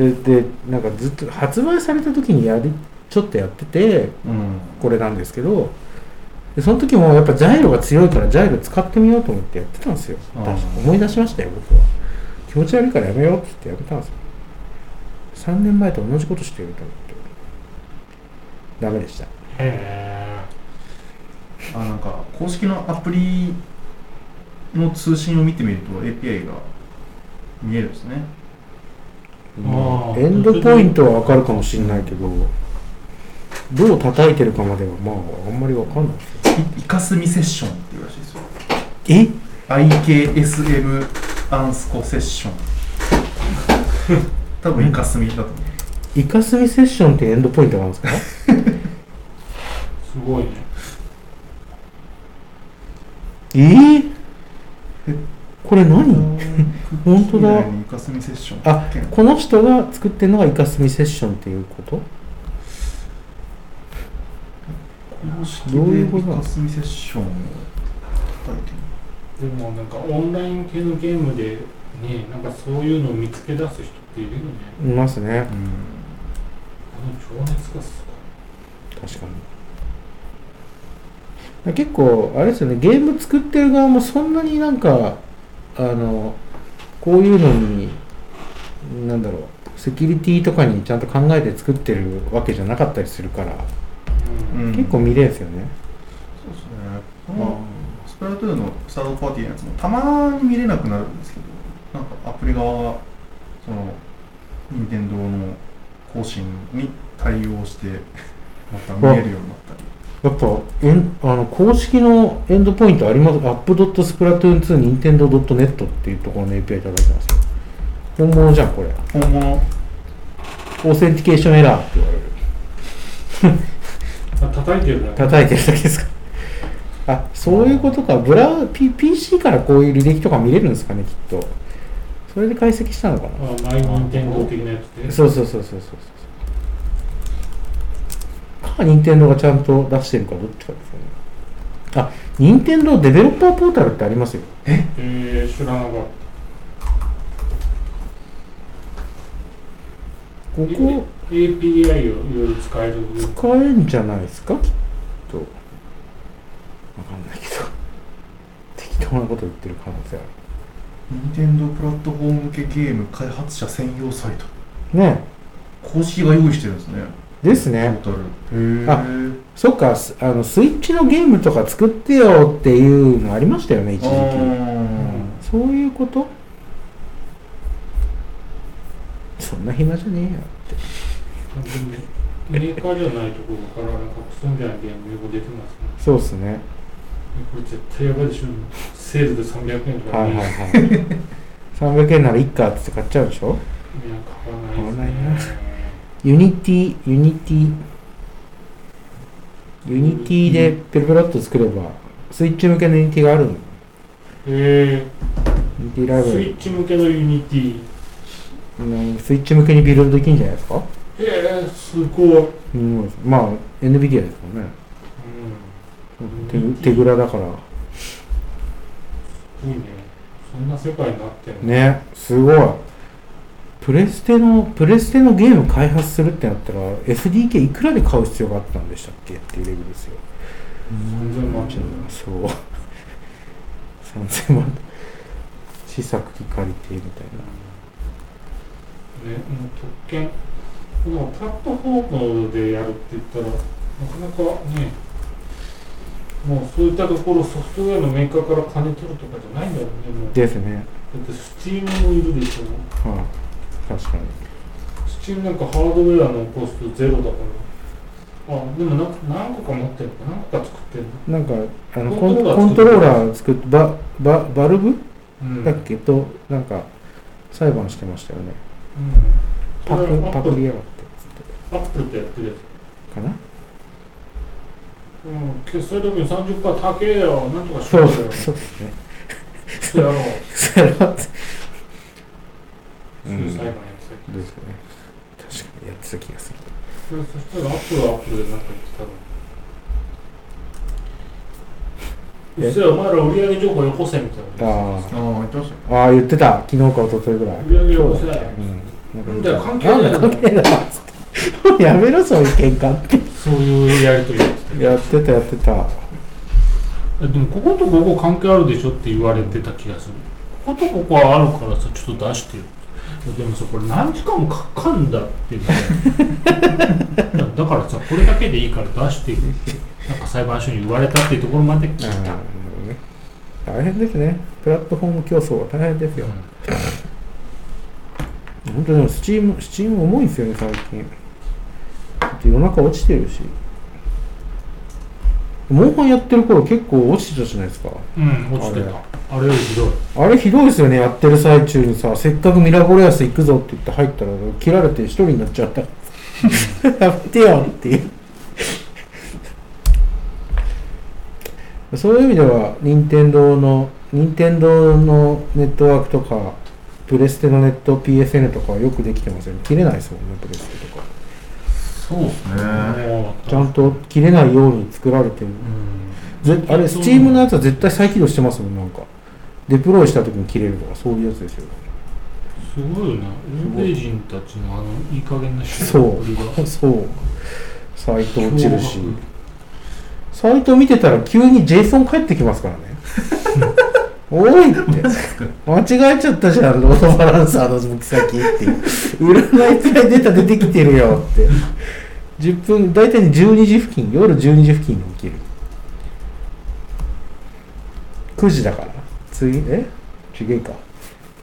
ででなんかずっと発売された時にやりちょっとやっててうんこれなんですけどでその時もやっぱジャイロが強いからジャイロ使ってみようと思ってやってたんですよあー確か思い出しましたよ僕は気持ち悪いからやめようって言ってやめたんですよ3年前と同じことしてると思ってダメでしたへあなんか公式のアプリの通信を見てみると API が見えるんですねあーエンドポイントは分かるかもしれないけどどう叩いてるかまではまああんまり分かんないですよイイカスミセッションっていうらしいですよえ IKSM アンスコセッシ ョン多分イカスミだと思うイカスミセッションってエンドポイントなんですかえすごいね。えー、これ何本当だイカスミセッションあこの人が作ってるのがイカスミセッションっていうこと公式どういうこでとなイのカスミセッションを叩いてみるでもなんかオンライン系のゲームでね、なんかそういうのを見つけ出す人っているよね。いますねあの情熱がす確かに結構あれですよねゲーム作ってる側もそんなになんかあのこういうのになんだろうセキュリティとかにちゃんと考えて作ってるわけじゃなかったりするから、ごい。うん結構見れるんですよねそうですねこのスプラトゥーンのサードパーティーのやつもたまに見れなくなるんですけどなんかアプリ側がその任天堂の更新に対応してまた見えるようになったりやっぱえんあの公式のエンドポイントありますアップドットスプラトゥーン2任天堂 .net っていうところの API いただいてますよ本物じゃんこれ本物オーセンティケーションエラーって言われるあ叩いてるだけ。叩いてるだけですかあそういうことかブラ、P、PC からこういう履歴とか見れるんですかねきっとそれで解析したのかなあマイニンテンドー的なやつで。そうそうそうそうそうそうか任天堂がちゃんと出してるかどっちかですよねあ任天堂デベロッパーポータルってありますよえー、知らなかっここた。API をいろいろ使える。使えんじゃないですかきっとわかんないけど適当なこと言ってる可能性あ任天堂プラットフォーム向けゲーム開発者専用サイトるね公式が用意してるんですねですねトータルへそっかすあのスイッチのゲームとか作ってよっていうのありましたよね一え時期そういうことそんな暇じゃねえよメーカーじゃないところからなんかクソみたいなゲームよく出てますね。そうっすねこれ絶対やばいでしょ。セールで300円とかはいね。はいはい300円ならいっかっつって買っちゃうでしょいや、買わない買わないでなすね。ユニティユニティユニティでペルペラッと作ればスイッチ向けのユニティがあるのえユニティライー、ブラスイリッチ向けのユニティ。うんスイッチ向けにビルドできるんじゃないですかえー、すごい。うんまあ NVIDIA ですもんねう手ぐ手ぐらだからん、いいね。そんな世界になってるね。ねすごいプレステのプレステのゲーム開発するってなったら SDK いくらで買う必要があったんでしたっけっていうレベルですよ3000万円そう 3000万試作機借りてみたいなね、もう特権。このプラットフォームでやるって言ったら、なかなかね、もうそういったところソフトウェアのメーカーから金取るとかじゃないんだろうね。もうだですねってスチームもいるでしょ。はい、確かにスチームなんかハードウェアのコストゼロだから。あ、でもなんか何個か持ってるのか何個か作ってるの。なんかあのココンントローラーコントローラー作ってバババルブうん。だっけとなんか裁判してましたよねうパん。それクはアパップクルリやがってっつっアップルとやってるやつ。てかなうん、決済料金30%高えよ、なんとかしそろうよ、そうですね。そうやろう、それはそういう裁判やってたですよね確かにやってた気がするけど、そしたらアップルはアップルでなんか言ってたの。えうっせえお前ら売上情報よこせみたいな。あああ言ってまし たあああ、言ってた。昨日か一昨日ぐらい。売上よこせ。ううんん。だなよんか関係ないだろ関係ないわつってやめろ、 そういう喧嘩って。そういうやりとりやってたやってた、やってた。えでもこことここ関係あるでしょって言われてた気がするこことここはあるからさちょっと出してよでもさこれ何時間もかかんだっていうのがだからさこれだけでいいから出してよってなんか裁判所に言われたっていうところまで聞いあーなた、るほどね大変ですね。プラットフォーム競争は大変ですよ。本当にでもスチーム、スチーム重いんですよね、最近。だって夜中落ちてるし。モンハンやってる頃結構落ちてたじゃないですか。うん、落ちてたあれよりひどいあれひどいですよね、やってる最中にさ、せっかくミラボレアス行くぞって言って入ったら、切られて一人になっちゃった。 やめてよっていう。そういう意味では、任天堂の、任天堂のネットワークとか、プレステのネット、PSN とかはよくできてますよね。切れないですもんね、プレステとか。そうですねもうちゃんと切れないように作られてる。うんぜあれ、スチームのやつは絶対再起動してますもん、なんか。デプロイした時に切れるとか、そういうやつですよ。すごいよな欧米人たちのあのいい加減なそ人ぶりがう、そう。サイト落ちるし。サイト見てたら急に JSON 返ってきますからね。おいって。間違えちゃったじゃん、ロードバランサーの向き先っていう。占いつらいデータ出てきてるよって。10分、大体ね12時付近、夜12時付近に起きる。9時だから。次、え違えか。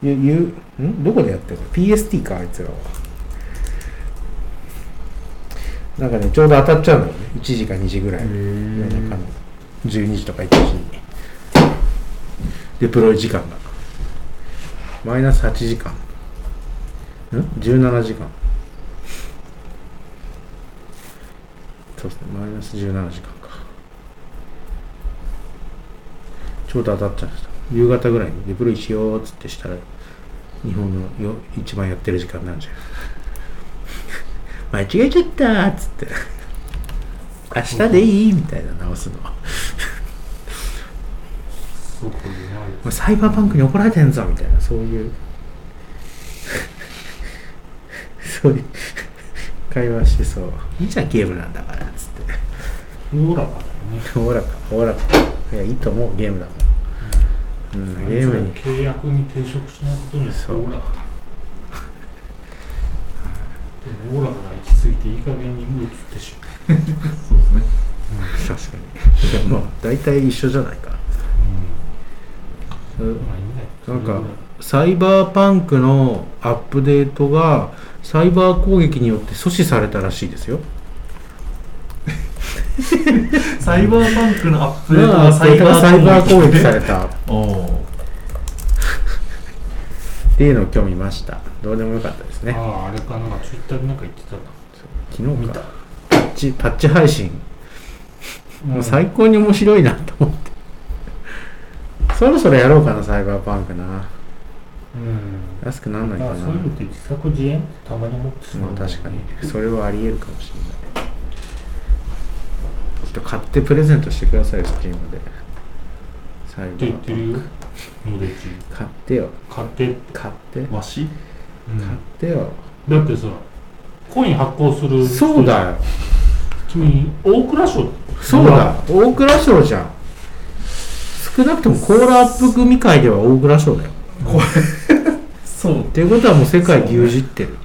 ゆ、ゆ、んどこでやってるの ?PST か、あいつらは。なんかね、ちょうど当たっちゃうのよね。1時か2時ぐらい。夜中の12時とか1時に。デプロイ時間が。マイナス8時間。ん ?17 時間。そうですね、マイナス17時間か。ちょうど当たっちゃいました。夕方ぐらいにデプロイしようっつってしたら、日本のよ一番やってる時間なんじ ゃん。間違えちゃったーっつって。明日でいいみたいな直すの。すごいな俺サイバーパンクに怒られてんぞみたいなそういう そういう会話してそういいじゃんゲームなんだからっつってオーラがだよねおおらかおおらかいやいいと思うゲームだもん、うん、ゲームに契約に抵触しないことにはそうオーラがでもオーラが行き過ぎていい加減にもう移ってしまう確かにいやまあ大体一緒じゃないか、うんまあいいんだよなんかサイバーパンクのアップデートがサイバー攻撃によって阻止されたらしいですよサイバーパンクのアップデートまあがササイイババーー攻攻撃撃でされたおーっていうのを今日見ましたどうでもよかったですあねああれかなんかツイッターでなんか言ってたな昨日かパッチパッチ配信もう最高高に面白いなと思って、そろそろやろうかなサイバーパンクなうん安くなんないかまなあそういうのって自作自演ってたまに思ってしままうあんだよね確かにそれはあり得るかもしれないちょっと買ってプレゼントしてくださいスチームでサイバっーてパ言ってるンよノデチク買ってよ買って、買って、買わしってよだってさコイン発行するそうだよ君大蔵省そうだ大蔵省じゃん少なくともコーラアップ組会では大蔵省だよそうっていうことはもう世界牛耳ってる、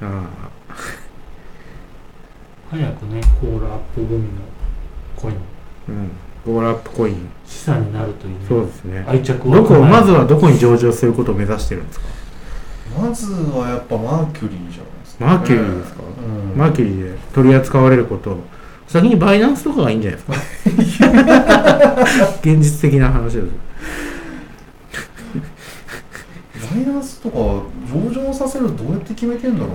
あ早くねコーラアップ組のコインあうんゴーラアップコイン資産になるというねそうですね愛着どこをまずはどこに上場することを目指してるんですかまずはやっぱマーキュリーじゃないですか、マーキュリーですかうんマーキュリーで取り扱われることを先にバイナンスとかがいいんじゃないです か現実的な話ですマイナスとか上場させるどうやって決めてんだろ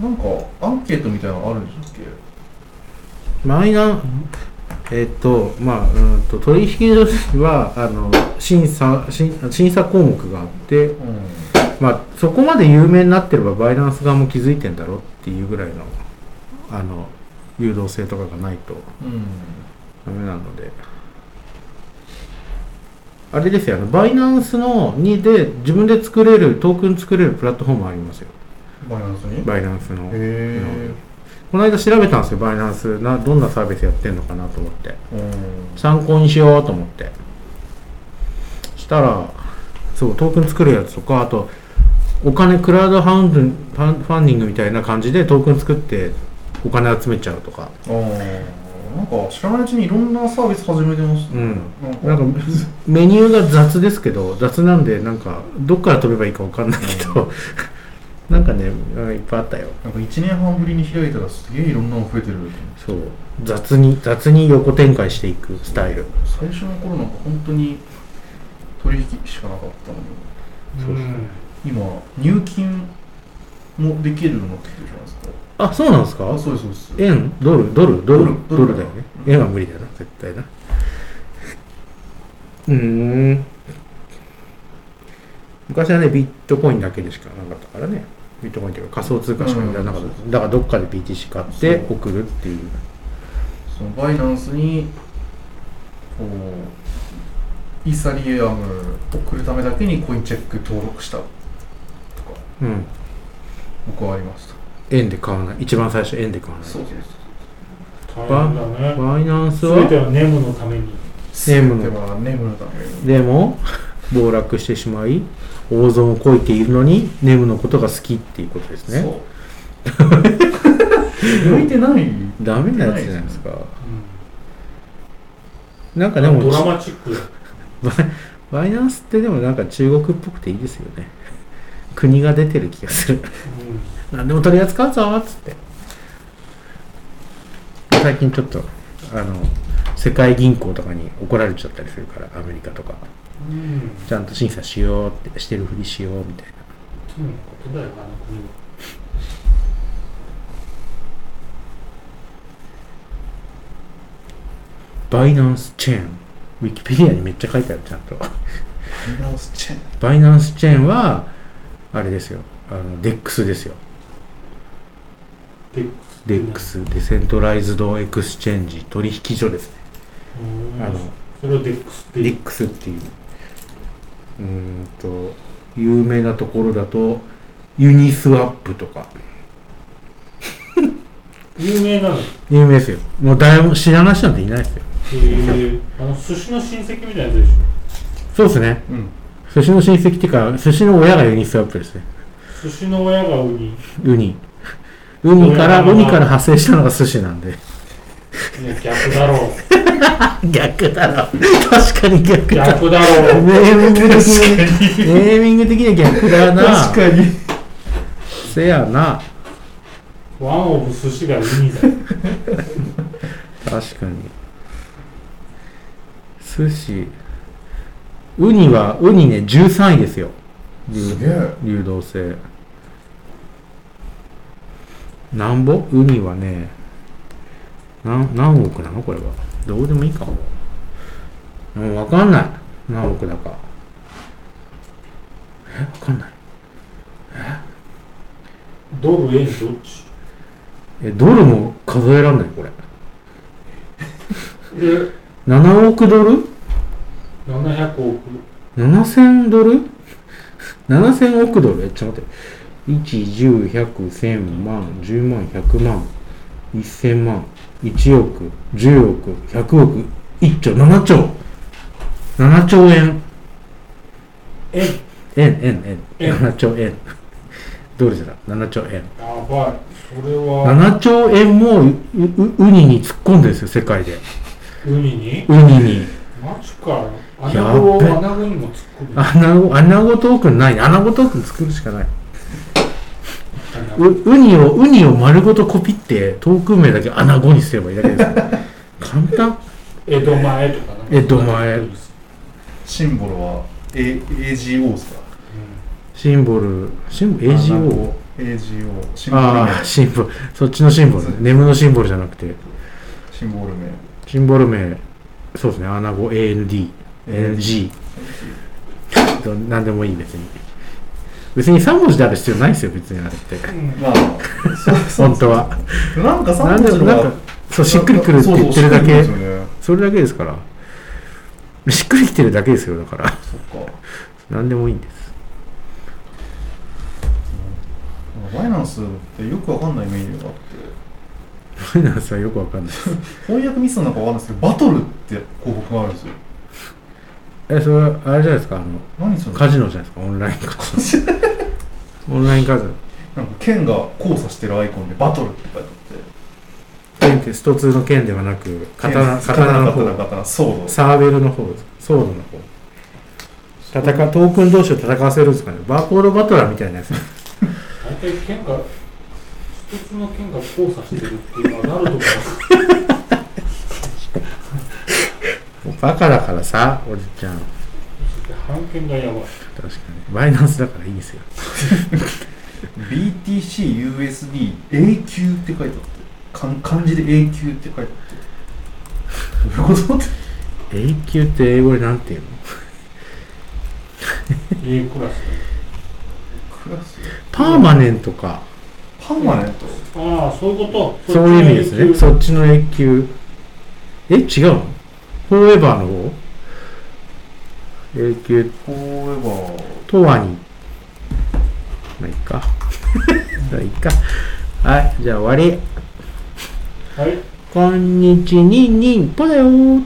うななんかアンケートみたいなのあるんでしたっけマイナンえっとまあうんと取引所はあの審査審審査項目があって、うんまあ、そこまで有名になってればバイナンス側も気づいてんだろっていうぐらいのあの誘導性とかがないとうんダメなのであれですよあのバイナンスのにで自分で作れるトークン作れるプラットフォームありますよバイナンスにへバイナンスのえこの間調べたんですよバイナンスなどんなサービスやってんのかなと思ってうん参考にしようと思ってしたらそうトークン作るやつとかあとお金クラウドファンドファンファンディングみたいな感じでトークン作ってお金集めちゃうとかああなんか知らないうちにいろんなサービス始めてますうねんななんんかかメニューが雑ですけど雑なんでなんかどっから飛べばいいかわかんないけど なんかねうんいっぱいあったよなんか1年半ぶりに開いたらすげえいろんなの増えてるそう雑に雑に横展開していくスタイル最初の頃なんか本当に取引しかなかったのにそうそう今入金もできるようになってきてるじゃないですかあそうなんですかあそうですそうです円ドルドルドルドドルルだよね円は無理だよな絶対なうーん昔はねビットコインだけでしかなかったからねビットコインというか仮想通貨しかなかった、だからどっかで BTC 買ってそう送るっていうそのバイナンスにこうイーサリアムを送るためだけにコインチェック登録したとかうん僕はありました円で買わない一番最初円で買わないそうそう大変だねバイナンス全てははネムのためにそうネームのではネームのためにでも暴落してしまい大損をこいているのにネムのことが好きっていうことですねそう 向いてないダメなやつじゃないですかうなんかんでもドラマチックだバイバイナンスってでもなんか中国っぽくていいですよね国が出てる気がする う何でも取り扱うぞっつって最近ちょっとあの世界銀行とかに怒られちゃったりするからアメリカとかんうんちゃんと審査しようってしてるふりしようみたいなそういうことだよなあの国はバイナンスチェーンウィキペディアにめっちゃ書いてあるちゃんと バイナンスチェーンバイナンスチェーンはあれですよあの DEX ですよで DEX デセントライズドエクスチェンジ取引所ですねうんあのそれをデックスってデいッうクスっていううーんと有名なところだとユニスワップとか有名なのへ有名ですよもう誰も知らない人なんていないですよえあの寿司の親戚みたいなやつでしそうですねうん寿司の親戚っていうか寿司の親がユニスワップですねょ寿司の親がウニねウニウニから親がウニから派生したのが寿司なんで逆だろう逆だろ確かに逆だ逆だろうネーミング的にネーミング的には逆だな確かにせやなワンオブ寿司がウニだよ確かに寿司ウニはウニね13位ですよすげえ流動性なんぼウニはねなん何億なのこれはどうでもいいかももう分かんない何億だかえ分かんないドル円どっちえドルも数えらんないこれで7億ドル700億7000ドル ?7000 億ドルえ、ちょっと待って。1、10、100、1000万、10万、100万、1000万、1億、10億、100億、1兆、7兆。7兆円。円円、円、円。円7兆円。ドルじゃない。7兆円。やばいそれ7は兆円もうううウニに突っ込んでるんですよ、世界で。ウニにウニに。マジかアやナっゴをべアナゴにも突っ込む穴子、穴子トークンない。穴子トークン作るしかない。うウニをウニを丸ごとコピってトークン名だけ穴子にすればいいだけです よ簡単江戸前とかなんか江戸前うんシンボルは、A、AGO ですかシンボルシンボル AGO AGO シンボル名ああ、シンボル。そっちのシンボルねそ。うネムのシンボルじゃなくて、シンボル名シンボル名、そうですね、アナゴ AND、NG、どなんでもいい別に。別に3文字である必要ないですよ、別にあれって。まあそうそう本当は。なん かな3ん文で字のなんがか、そう、しっくりくるって言ってるだそけうそうしっくりくるん、ですよねそれだけですから。しっくりきてるだけですよ、だから。そっかなんでもいいんです。バイナンスってよくわかんないメニューがあってファイナンスはよくわかんない。翻訳ミスなのかわかんないですけどバトルって項目があるんですよえ、それは、あれじゃないですか、あの、何それカジノじゃないですか、オンラインカジ ノ。オンラインカジノ。なんか剣が交差してるアイコンでバトルって書いて剣ってスト2の剣ではなく、あって刀、剣刀刀の刀方、刀ソードサーベルの方、ソードの方。戦う、トークン同士を戦わせるんですかね。バーコードバトラーみたいなやつ。大体剣が一つの剣が交差してるっていうのはなると思うバカだからさ、おじちゃん。半剣がやばい確かに。バイナンスだからいいんですよ。 BTCUSD A 級って書いてあってかん漢字で A 級って書いてあってどういうことって永久って英語でなんて言うの A クラスクラスパーマネントか。パーマネントああそういうことそういう意味ですね。そそっっちの永久。え、違うのフォーエバーの方永久フォーエバーとはに。まあ、いいか。 まあ、いいか。はい、じゃあ終わり。ちはいこんにちにんにんぽだよー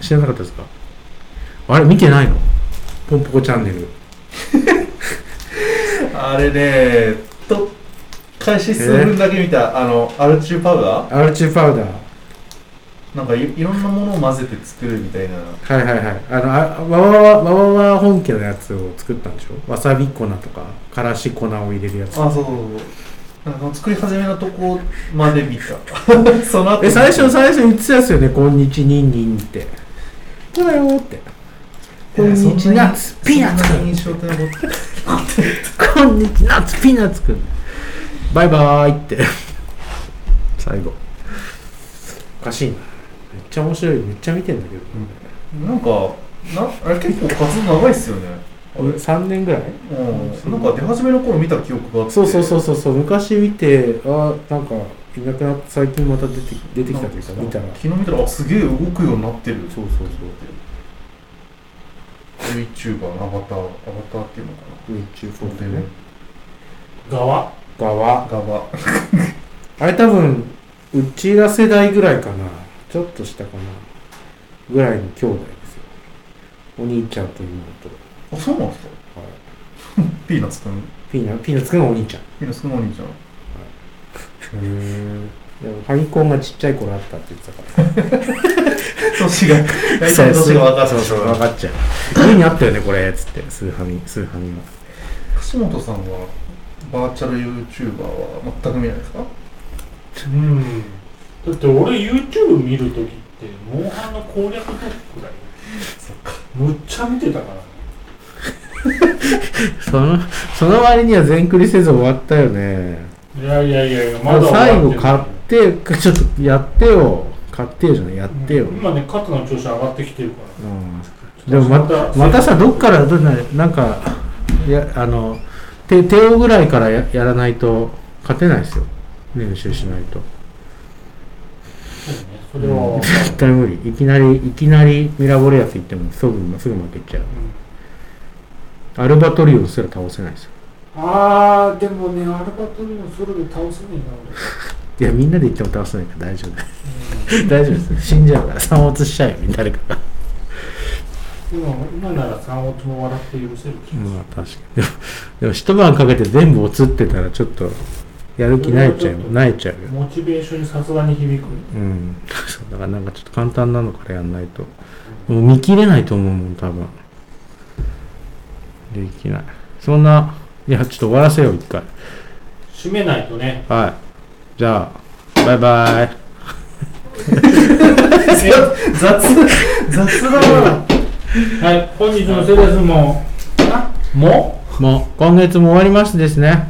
知らなかったですかあれ見てないのポンポコチャンネル。あれねと開始数分だけ見た、あのアルチューパウダーアルチパウダー。なんかいいろんなものを混ぜて作るみたいなはいはいはい。あの、あわわわ、わわわ本家のやつを作ったんでしょわさび粉とか、からし粉を入れるやつ。あそうそうそうなんか作り始めのとこまで 見たその後え、最初、最初言ってたっすよね、こんにちにんにんって。そうだよーって。こんにちナッツ、ピーナッツそく。んなん印象的なことこんにちナッツ、ピーナッツくん。バイバーイって。最後。おかしいな。めっちゃ面白い。めっちゃ見てんだけど。なんかなあれ結構数長いっすよね俺3年ぐらいうんなんか出始めの頃見た記憶があってそうそうそうそうそう昔見てあーなんかいなくなって最近また出て出てきたというか見たら昨日見たらあすげえ動くようになってるそうそうそ VTuber のアバターアバターっていうのかう VTuber な側側ガバあれ多分うちら世代ぐらいかなちょっとしたかなぐらいの兄弟ですよお兄ちゃんと妹とあそうなんですかはいピーナッツくんピーナピーナッツくんがお兄ちゃんピーナッツくんのお兄ちゃんへえファミコンがちっちゃい頃あったって言ってたから年が大体年が分かってしそうそうま分うかっちゃう家にあったよねこれつってスーファミスーファミは樫本さんはバーチャル YouTuber は全く見ないですかうんだって俺 YouTube 見るときってモンハンの攻略特区だよむっちゃ見てたからねその、その割には全クリせず終わったよね。いやいやいやいやまだ最後終買わってて、ちょっとやってよ。買ってよじゃない、やっないてよ。今ね肩の調子上がってきてるかうん、でらもまた、またさ、どっから、どんな、なんか、いや、あの、て帝王ぐらいからややらないと勝てないですよ。練習しないと。そうねそれは分か絶対無理。いきなり、いきなりミラボレアス行っても、すぐ、すぐ負けちゃう。るうんアルバトリオンすら倒せないですよ。あーでもねアルバトリオンソロで倒せねいや、みんなで行っても倒せないから大丈夫。 え大丈夫です。死んじゃうから、散落しちゃうよ、誰かが。な俺、うん、でも今なら3音も笑って許せる気がまあ確かにでもでも一晩かけて全部落つってたらちょっとやる気ないちゃうそれはちょっとなえちゃうよするモチベーションにさすがに響くうんそうだからなんかちょっと簡単なのからやんないともう見切れないと思うもん多分できないそんないやちょっと終わらせよう一回締めないとねはいじゃあバイバイえ雑雑だなはい本日のセレスもあももう今月も終わりますですね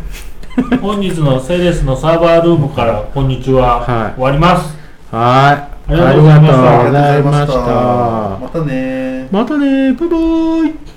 本日のセレスのサーバールームからこんにちは、はい終わりますはーい。ありがとうございましたありがとうございました。またねーまたねーバイバーイ